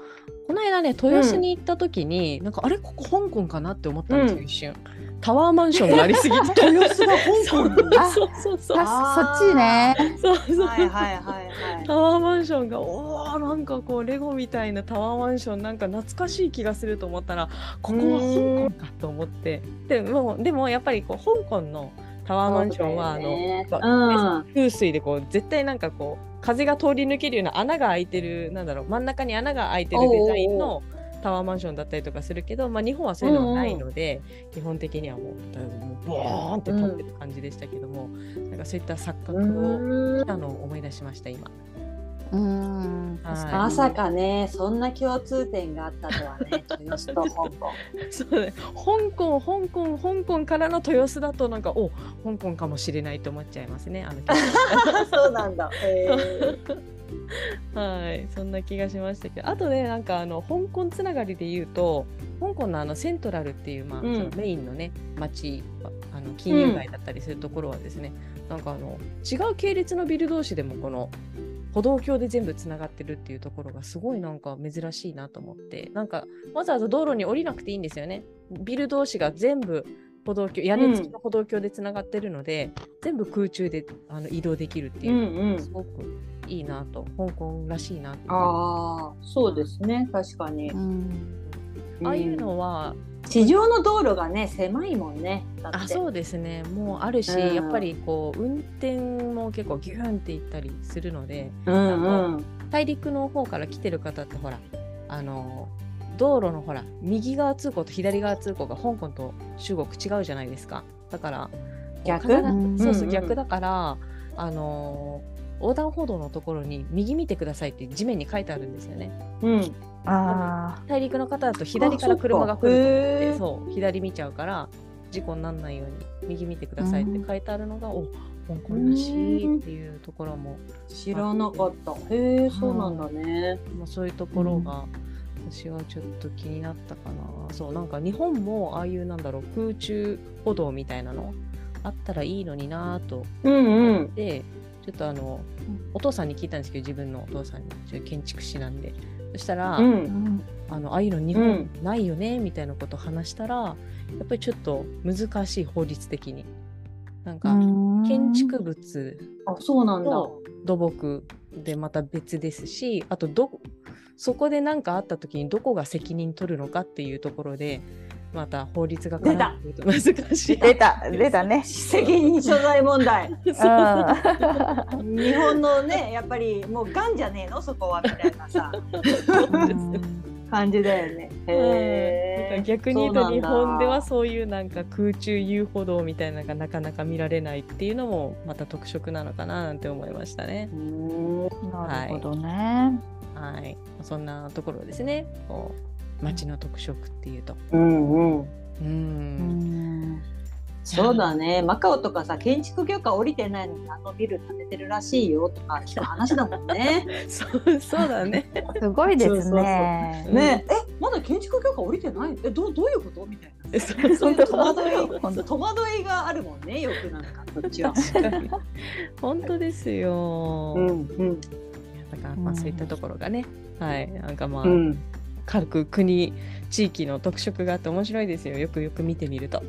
Speaker 1: この間ね豊洲に行った時に、なんかあれここ香港かなって思ったんですよ、
Speaker 3: うん
Speaker 1: 一瞬タワーマンションがありすぎて
Speaker 3: 豊洲が香港なの
Speaker 2: あ
Speaker 1: そうそうそう
Speaker 2: たそっちね
Speaker 1: そうそう
Speaker 3: はいはいはいはい
Speaker 1: タワーマンションがおーなんかこうレゴみたいなタワーマンションなんか懐かしい気がすると思ったらここは香港かと思ってでもでもやっぱりこう香港のタワーマンションはあの、
Speaker 3: そうだよね
Speaker 1: 風水でこう絶対なんかこう風が通り抜けるような穴が開いてるなんだろう真ん中に穴が開いてるデザインのタワーマンションだったりとかするけど、まあ、日本はそういうのはないので、基本的にはもうボーンって立ってる感じでしたけども、なんかそういった錯
Speaker 3: う
Speaker 1: 覚を
Speaker 3: んう
Speaker 1: し
Speaker 3: ー
Speaker 1: た
Speaker 3: ん
Speaker 1: のを思い出しました今。
Speaker 2: うん
Speaker 1: はい
Speaker 2: 確
Speaker 3: ま
Speaker 2: に
Speaker 3: さかねそんな共通点があったとは ね豊洲と香港
Speaker 1: そうね香港香港香港からの豊洲だとなんかお香港かもしれないと思っちゃいますねあの
Speaker 3: そうなんだへー
Speaker 1: はいそんな気がしましたけどあとねなんかあの香港つながりで言うと香港のあのセントラルっていう、まあ
Speaker 3: うん
Speaker 1: そのメインのね街あの金融街だったりするところはですね、なんかあの違う系列のビル同士でもこの歩道橋で全部つながってるっていうところがすごいなんか珍しいなと思ってなんかわざわざ道路に降りなくていいんですよねビル同士が全部歩道橋屋根付きの歩道橋でつながってるので、全部空中であの移動できるっていうう、
Speaker 3: ん う
Speaker 1: す
Speaker 3: ん
Speaker 1: ごくいいなと香港らしいなっていう
Speaker 3: ああそうですね確かに
Speaker 2: うん
Speaker 1: ああいうのは、
Speaker 3: 地上の道路がね狭いもんねだって
Speaker 1: あそうですねもうあるし、
Speaker 3: うん
Speaker 1: やっぱりこう運転も結構ギューンっていったりするので
Speaker 3: うんうん
Speaker 1: 大陸の方から来てる方ってほらあの道路のほら右側通行と左側通行が香港と中国違うじゃないですかだから
Speaker 3: 逆
Speaker 1: 必ず
Speaker 2: うん
Speaker 1: そうそう
Speaker 3: うんうん
Speaker 1: 逆だからあの横断歩道のところに右見てくださいって地面に書いてあるんですよね
Speaker 3: うん
Speaker 2: あ
Speaker 1: 大陸の方だと左から車が来ると思って
Speaker 3: あ
Speaker 1: そう左見ちゃうから事故にならないように右見てくださいって書いてあるのが、お香港らしいっていうところも、
Speaker 3: 知らなかった。へえ、そうなんだね。
Speaker 1: まあ、そういうところが私はちょっと気になったかな、そうなんか日本もああいうなんだろう空中歩道みたいなのあったらいいのになぁと
Speaker 3: うんう
Speaker 1: 思っ
Speaker 3: ん。
Speaker 1: て、ちょっとあの
Speaker 2: うん
Speaker 1: お父さんに聞いたんですけど自分のお父さんにちょっと建築士なんでそしたら、
Speaker 3: うん。
Speaker 1: あのああいうの日
Speaker 3: う
Speaker 1: 本
Speaker 3: ん
Speaker 1: ないよねみたいなことを話したらやっぱりちょっと難しい法律的になんか建築物
Speaker 3: あ、そうなんだ。
Speaker 1: と土木でまた別ですしあとどそこで何かあった時にどこが責任取るのかっていうところでまた法律が絡んでくると難しい。
Speaker 2: 出た出たね。
Speaker 3: 責任所在問 題。
Speaker 2: う
Speaker 3: 日本のね、やっぱりもうがんじゃねえのそこはみたいなさ
Speaker 2: ん
Speaker 3: 感じだよ
Speaker 1: う
Speaker 3: ね。
Speaker 1: んだから
Speaker 3: へえ。
Speaker 1: 逆に言うと
Speaker 3: そうなん
Speaker 1: 日
Speaker 3: だ
Speaker 1: 本ではそういうなんか空中遊歩道みたいなのがなかなか見られないっていうのもまた特色なのかななんて思いましたね。
Speaker 3: う
Speaker 2: なるほどね。
Speaker 1: はい、そんなところですね。こう街の特色っていうと。
Speaker 3: んうん。
Speaker 1: うん
Speaker 2: うん
Speaker 3: そうだね、マカオとかさ、建築業界降りてないのに、あのビル建ててるらしいよとか、聞く話だもんね。
Speaker 1: そうそうだね。
Speaker 2: すごいで す
Speaker 1: そうそう
Speaker 2: ね。
Speaker 3: ねえ、え、まだ建築業界降りてない、え、どう、どういうことみたいな。
Speaker 1: そう
Speaker 3: そう
Speaker 1: そ
Speaker 3: いうう戸惑
Speaker 2: 本当
Speaker 3: い、戸惑いがあるもんね、よくなんか、そっちは。
Speaker 1: 本当ですよ。
Speaker 3: ん、
Speaker 1: だからまあそういったところがね、はい、なんかまあ、
Speaker 3: ん、
Speaker 1: 各国地域の特色があって面白いですよ。よくよく見てみると。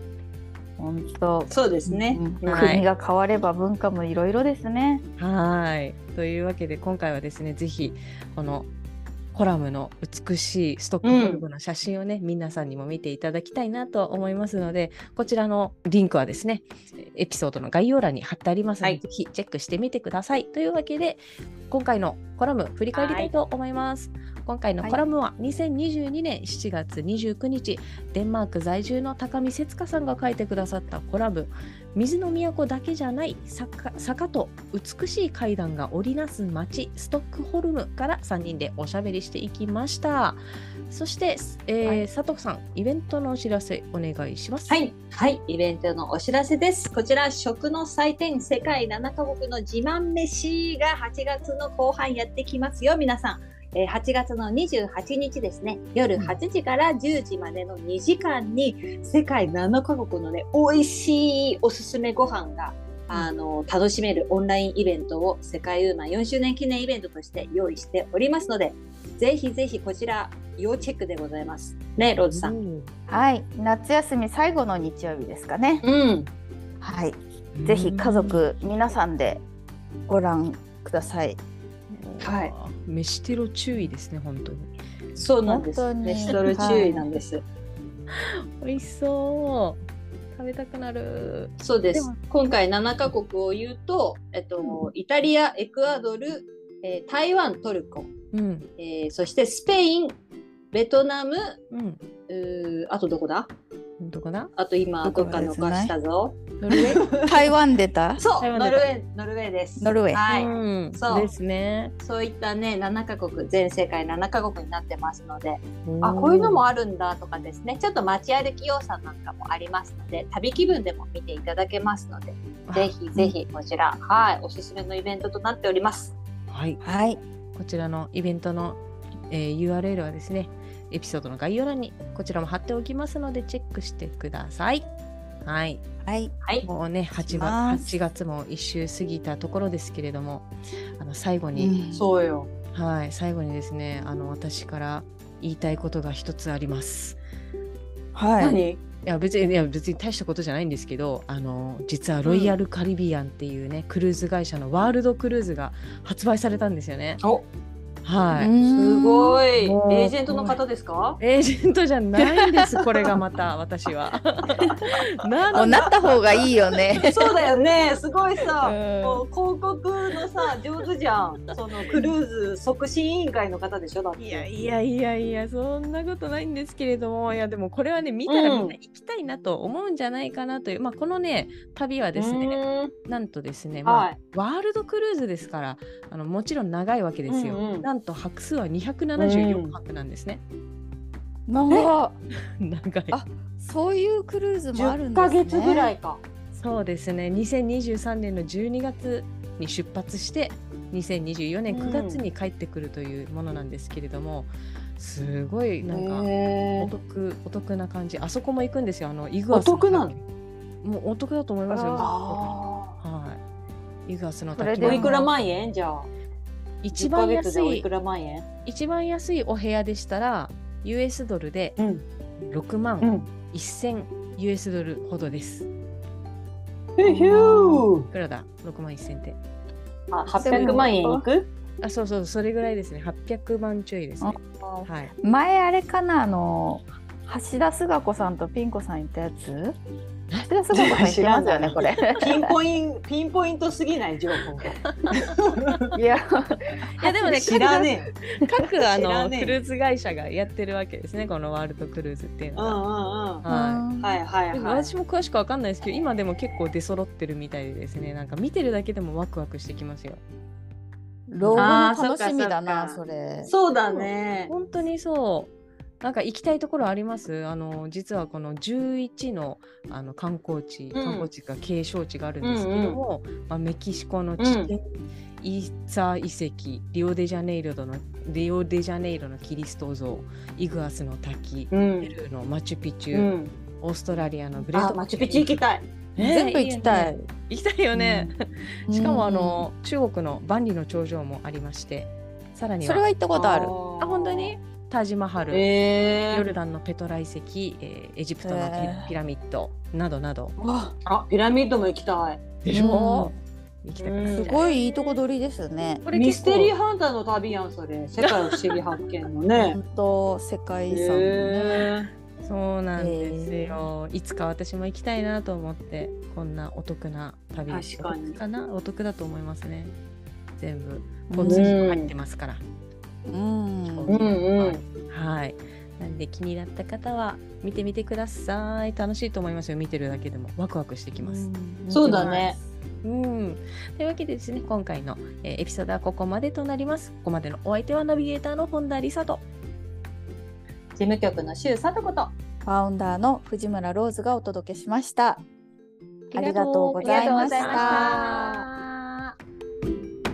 Speaker 2: 本当。
Speaker 3: そうですね。
Speaker 2: うん
Speaker 1: はい
Speaker 2: 国が変われば文化もいろいろですね。
Speaker 1: はい、というわけで今回はですね、ぜひこのコラムの美しいストックホルムの写真をね、皆さんにも見ていただきたいなと思いますので、こちらのリンクはですね、エピソードの概要欄に貼ってありますので、
Speaker 3: はい
Speaker 1: ぜひチェックしてみてください。というわけで、今回のコラム振り返りたいと思います。今回のコラムは2022年7月29日、デンマーク在住の高見節香さんが書いてくださったコラム「水の都だけじゃない坂坂と美しい階段が織りなす街ストックホルム」から3人でおしゃべりしていきましたそして、えー
Speaker 2: はい
Speaker 1: 佐藤さんイベントのお知らせお願いします
Speaker 3: はい、はい、イベントのお知らせです。こちら、食の祭典世界7カ国の自慢飯が8月の後半やってきますよ、皆さん。えー8月の28日ですね、夜
Speaker 1: うん
Speaker 3: 8時から10時までの2時間に、世界7カ国のね、美味しいおすすめご飯が、あの、楽しめるオンラインイベントを世界ウーマン4周年記念イベントとして用意しておりますので、ぜひぜひこちら、要チェックでございます。ね、ローズさん。
Speaker 1: ん、
Speaker 2: はい、夏休み最後の日曜日ですかね。
Speaker 3: うん。
Speaker 2: はい、ぜひ家族皆さんでご覧ください。
Speaker 3: はい
Speaker 1: い飯テロ注意ですね本当に
Speaker 3: そうなんです。
Speaker 2: 本当に
Speaker 3: レシドル注意なんです。
Speaker 1: 美味しそう食べたくなる
Speaker 3: そうで
Speaker 2: ですも。
Speaker 3: 今回7カ国を言うと、えっと、イタリア、エクアドル、えー台湾、トルコ、
Speaker 1: うん
Speaker 3: えーそしてスペイン、ベトナム、
Speaker 1: うん
Speaker 3: うーあとどこだ
Speaker 1: どこだ
Speaker 3: あと今、ど
Speaker 2: ど
Speaker 3: っ
Speaker 2: こ
Speaker 3: か
Speaker 2: ですね
Speaker 3: 抜かしたぞ。
Speaker 1: ノルウェー
Speaker 2: 台湾出た。
Speaker 3: そう、
Speaker 1: 台湾
Speaker 3: ノ
Speaker 1: だ
Speaker 3: ルウェー、ノルウェーです。
Speaker 2: ノルウェー
Speaker 3: はい。
Speaker 1: うん
Speaker 3: そう
Speaker 1: ですね
Speaker 3: そういったね、7カ国、全世界7カ国になってますので、あ、こういうのもあるんだとかですね、ちょっと街歩き要素なんかもありますので、旅気分でも見ていただけますので、ぜひぜひこちら、はい、おすすめのイベントとなっております。
Speaker 1: はい
Speaker 2: はい、
Speaker 1: こちらのイベントの、えー URL はですね、エピソードの概要欄にこちらも貼っておきますので、チェックしてください。はい、
Speaker 2: はい、
Speaker 3: はい、
Speaker 1: もうね、8月
Speaker 2: ます
Speaker 1: 8月も1週過ぎたところですけれども、あの最後に、
Speaker 3: そうよ。
Speaker 1: はい、最後にですね、あの私から言いたいことが一つあります。
Speaker 2: はい。
Speaker 1: いや別にいや別に大したことじゃないんですけどあの実はロイヤルカリビアンっていうね、クルーズ会社のワールドクルーズが発売されたんですよね。
Speaker 3: お、
Speaker 1: はい、
Speaker 3: すご
Speaker 2: い。
Speaker 3: い。エ
Speaker 1: もう
Speaker 3: ージェントの方ですか？
Speaker 1: エージェントじゃないんです、これがまた私 は。な
Speaker 2: もう
Speaker 1: の
Speaker 2: なった方がいいよ ね。
Speaker 3: そうだよね。すごいさ、
Speaker 1: うん
Speaker 3: もう広告のさ上手じゃん。そのクルーズ促進委員会の方でしょだって。
Speaker 1: いやいやいやいや、そんなことないんですけれども、いやでもこれはね、見たらみんな行きたいなと思うんじゃないかなという、まあこのね、旅はですね、
Speaker 3: ね。
Speaker 1: なんとですね、まあ
Speaker 3: はい。
Speaker 1: ワールドクルーズですからあの、もちろん長いわけですよ。
Speaker 3: うんうん
Speaker 1: なんと泊数は274泊なんですね。
Speaker 2: なんか
Speaker 1: 長い
Speaker 2: あそういうクルーズもある
Speaker 3: 10
Speaker 2: んで
Speaker 3: ヶ
Speaker 2: すね。
Speaker 3: 月ぐら
Speaker 2: い。
Speaker 3: いか。
Speaker 1: そうですね2023年の12月に出発して2024年9月に帰ってくるというものなんですけれども、すごいなんか、
Speaker 3: へ
Speaker 1: お
Speaker 3: ー
Speaker 1: 得お得な感じあそこも行くんですよあのイグアス
Speaker 3: お得なの
Speaker 1: のもうお得だと思いますよ
Speaker 3: あ
Speaker 1: はいイグアスの
Speaker 2: それ
Speaker 1: 滝
Speaker 2: で
Speaker 3: ー
Speaker 1: は
Speaker 3: おいくら万円じゃあ。
Speaker 1: 一
Speaker 3: 10ヶ
Speaker 1: 番
Speaker 3: 月で
Speaker 1: 安
Speaker 3: おい
Speaker 1: い
Speaker 3: くら万円？
Speaker 1: 一番安いお部屋でしたら US ドルで
Speaker 3: うん
Speaker 1: 6万
Speaker 3: ん。
Speaker 1: 1000 US ドルほどです
Speaker 3: ヒューヒュー
Speaker 1: いくらだ6万1000って
Speaker 3: あ、800万円いく？
Speaker 1: あそうそうそれぐらいですね800万ちょいですねはい
Speaker 2: 前あれかなあの橋田壽賀子さんとピン子さん行ったやつ。橋田壽賀子さん行ってますよねこれ。
Speaker 3: ピンポインピンポイントすぎない情報が。
Speaker 2: い や
Speaker 1: いやでもね
Speaker 3: 知らねえ。
Speaker 1: 各あ
Speaker 3: 知ら
Speaker 1: の
Speaker 3: ねえ
Speaker 1: クルーズ会社がやってるわけですねこのワールドクルーズっていう
Speaker 3: う
Speaker 1: の
Speaker 3: んうん
Speaker 1: は、
Speaker 3: うん。
Speaker 1: はい
Speaker 3: はい
Speaker 2: い。
Speaker 3: はい
Speaker 1: でも
Speaker 3: はい。
Speaker 1: 私も詳しくわかんないですけど今でも結構出揃ってるみたいでですねなんか見てるだけでもワクワクしてきますよ
Speaker 2: 老後
Speaker 3: あ
Speaker 2: の
Speaker 3: ーそっ
Speaker 2: 楽
Speaker 3: か
Speaker 2: しみだな
Speaker 3: そっ
Speaker 2: それ。
Speaker 3: そうだね。
Speaker 1: 本当にそうなんか行きたいところありますあの実はこの11のあの観光地観光地が景勝地があるんですけども、まあ、メキシコのチ
Speaker 3: うん
Speaker 1: ケンイサ遺跡リオデジャネイロのリオデジャネイロのキリスト像イグアスの滝
Speaker 3: う
Speaker 1: ペ
Speaker 3: ん。
Speaker 1: ルーのマチュピチ
Speaker 3: う
Speaker 1: ュ、
Speaker 3: ん。
Speaker 1: オーストラリアのグレー
Speaker 3: あ、
Speaker 1: ト
Speaker 3: マチュピチュ行きたい。
Speaker 1: ね
Speaker 2: 全部行きた
Speaker 1: い
Speaker 2: い。
Speaker 1: 行きたいよね、
Speaker 2: うん
Speaker 1: しかもあの、中国の万里の長城もありましてさらに
Speaker 2: それは行ったことある。
Speaker 1: あ本当にタージマハル、
Speaker 3: ええ。
Speaker 1: ヨルダンのペトラ遺跡、えーエジプトのピ,、
Speaker 2: へー
Speaker 1: ラミッドなどなど
Speaker 3: わあ、ピラミッドも行きたい。
Speaker 1: で
Speaker 2: しょ、
Speaker 1: 行きたくなっちゃう
Speaker 3: うん
Speaker 2: すごいいいとこ取りですね。
Speaker 1: これ
Speaker 3: ミ
Speaker 1: 結
Speaker 3: ス
Speaker 1: 構
Speaker 3: テリーハンターの旅やん、それ。世界不思議発見の ね。
Speaker 2: 本当世界遺産のね。
Speaker 3: え
Speaker 1: そうなんですよ、いつか私も行きたいなと思ってこんなお得な旅
Speaker 3: 確かに
Speaker 1: お得かなお得だと思いますね全部
Speaker 2: う
Speaker 1: 交
Speaker 2: ん
Speaker 1: 通費も入ってますから、
Speaker 2: うん
Speaker 3: う。んうん。
Speaker 1: はい。なんで気になった方は見てみてください。楽しいと思いますよ。見てるだけでもワクワクしてきます。
Speaker 2: ん
Speaker 3: そうだね。
Speaker 1: うん。というわけでですね、今回の、えーエピソードはここまでとなります。ここまでのお相手はナビゲーターの本田理沙と。
Speaker 3: 事務局の周佐とこと。
Speaker 2: ファウンダーの藤村ローズがお届けしました。ありがとうご
Speaker 3: あり
Speaker 2: ざ
Speaker 3: が
Speaker 2: い
Speaker 3: とう
Speaker 2: ま
Speaker 3: ご
Speaker 2: し
Speaker 3: ざいま
Speaker 2: た。
Speaker 3: した。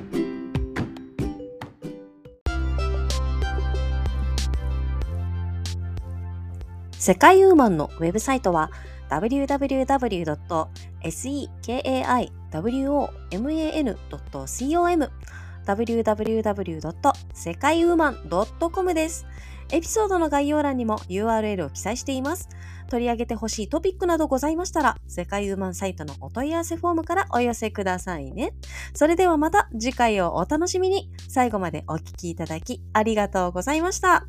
Speaker 4: 世界ウーマンのウェブサイトは www.sekaiwoman.com www.sekaiwoman.com です。エピソードの概要欄にも URL を記載しています。取り上げてほしいトピックなどございましたら、世界ウーマンサイトのお問い合わせフォームからお寄せくださいね。それではまた次回をお楽しみに。最後までお聞きいただきありがとうございました。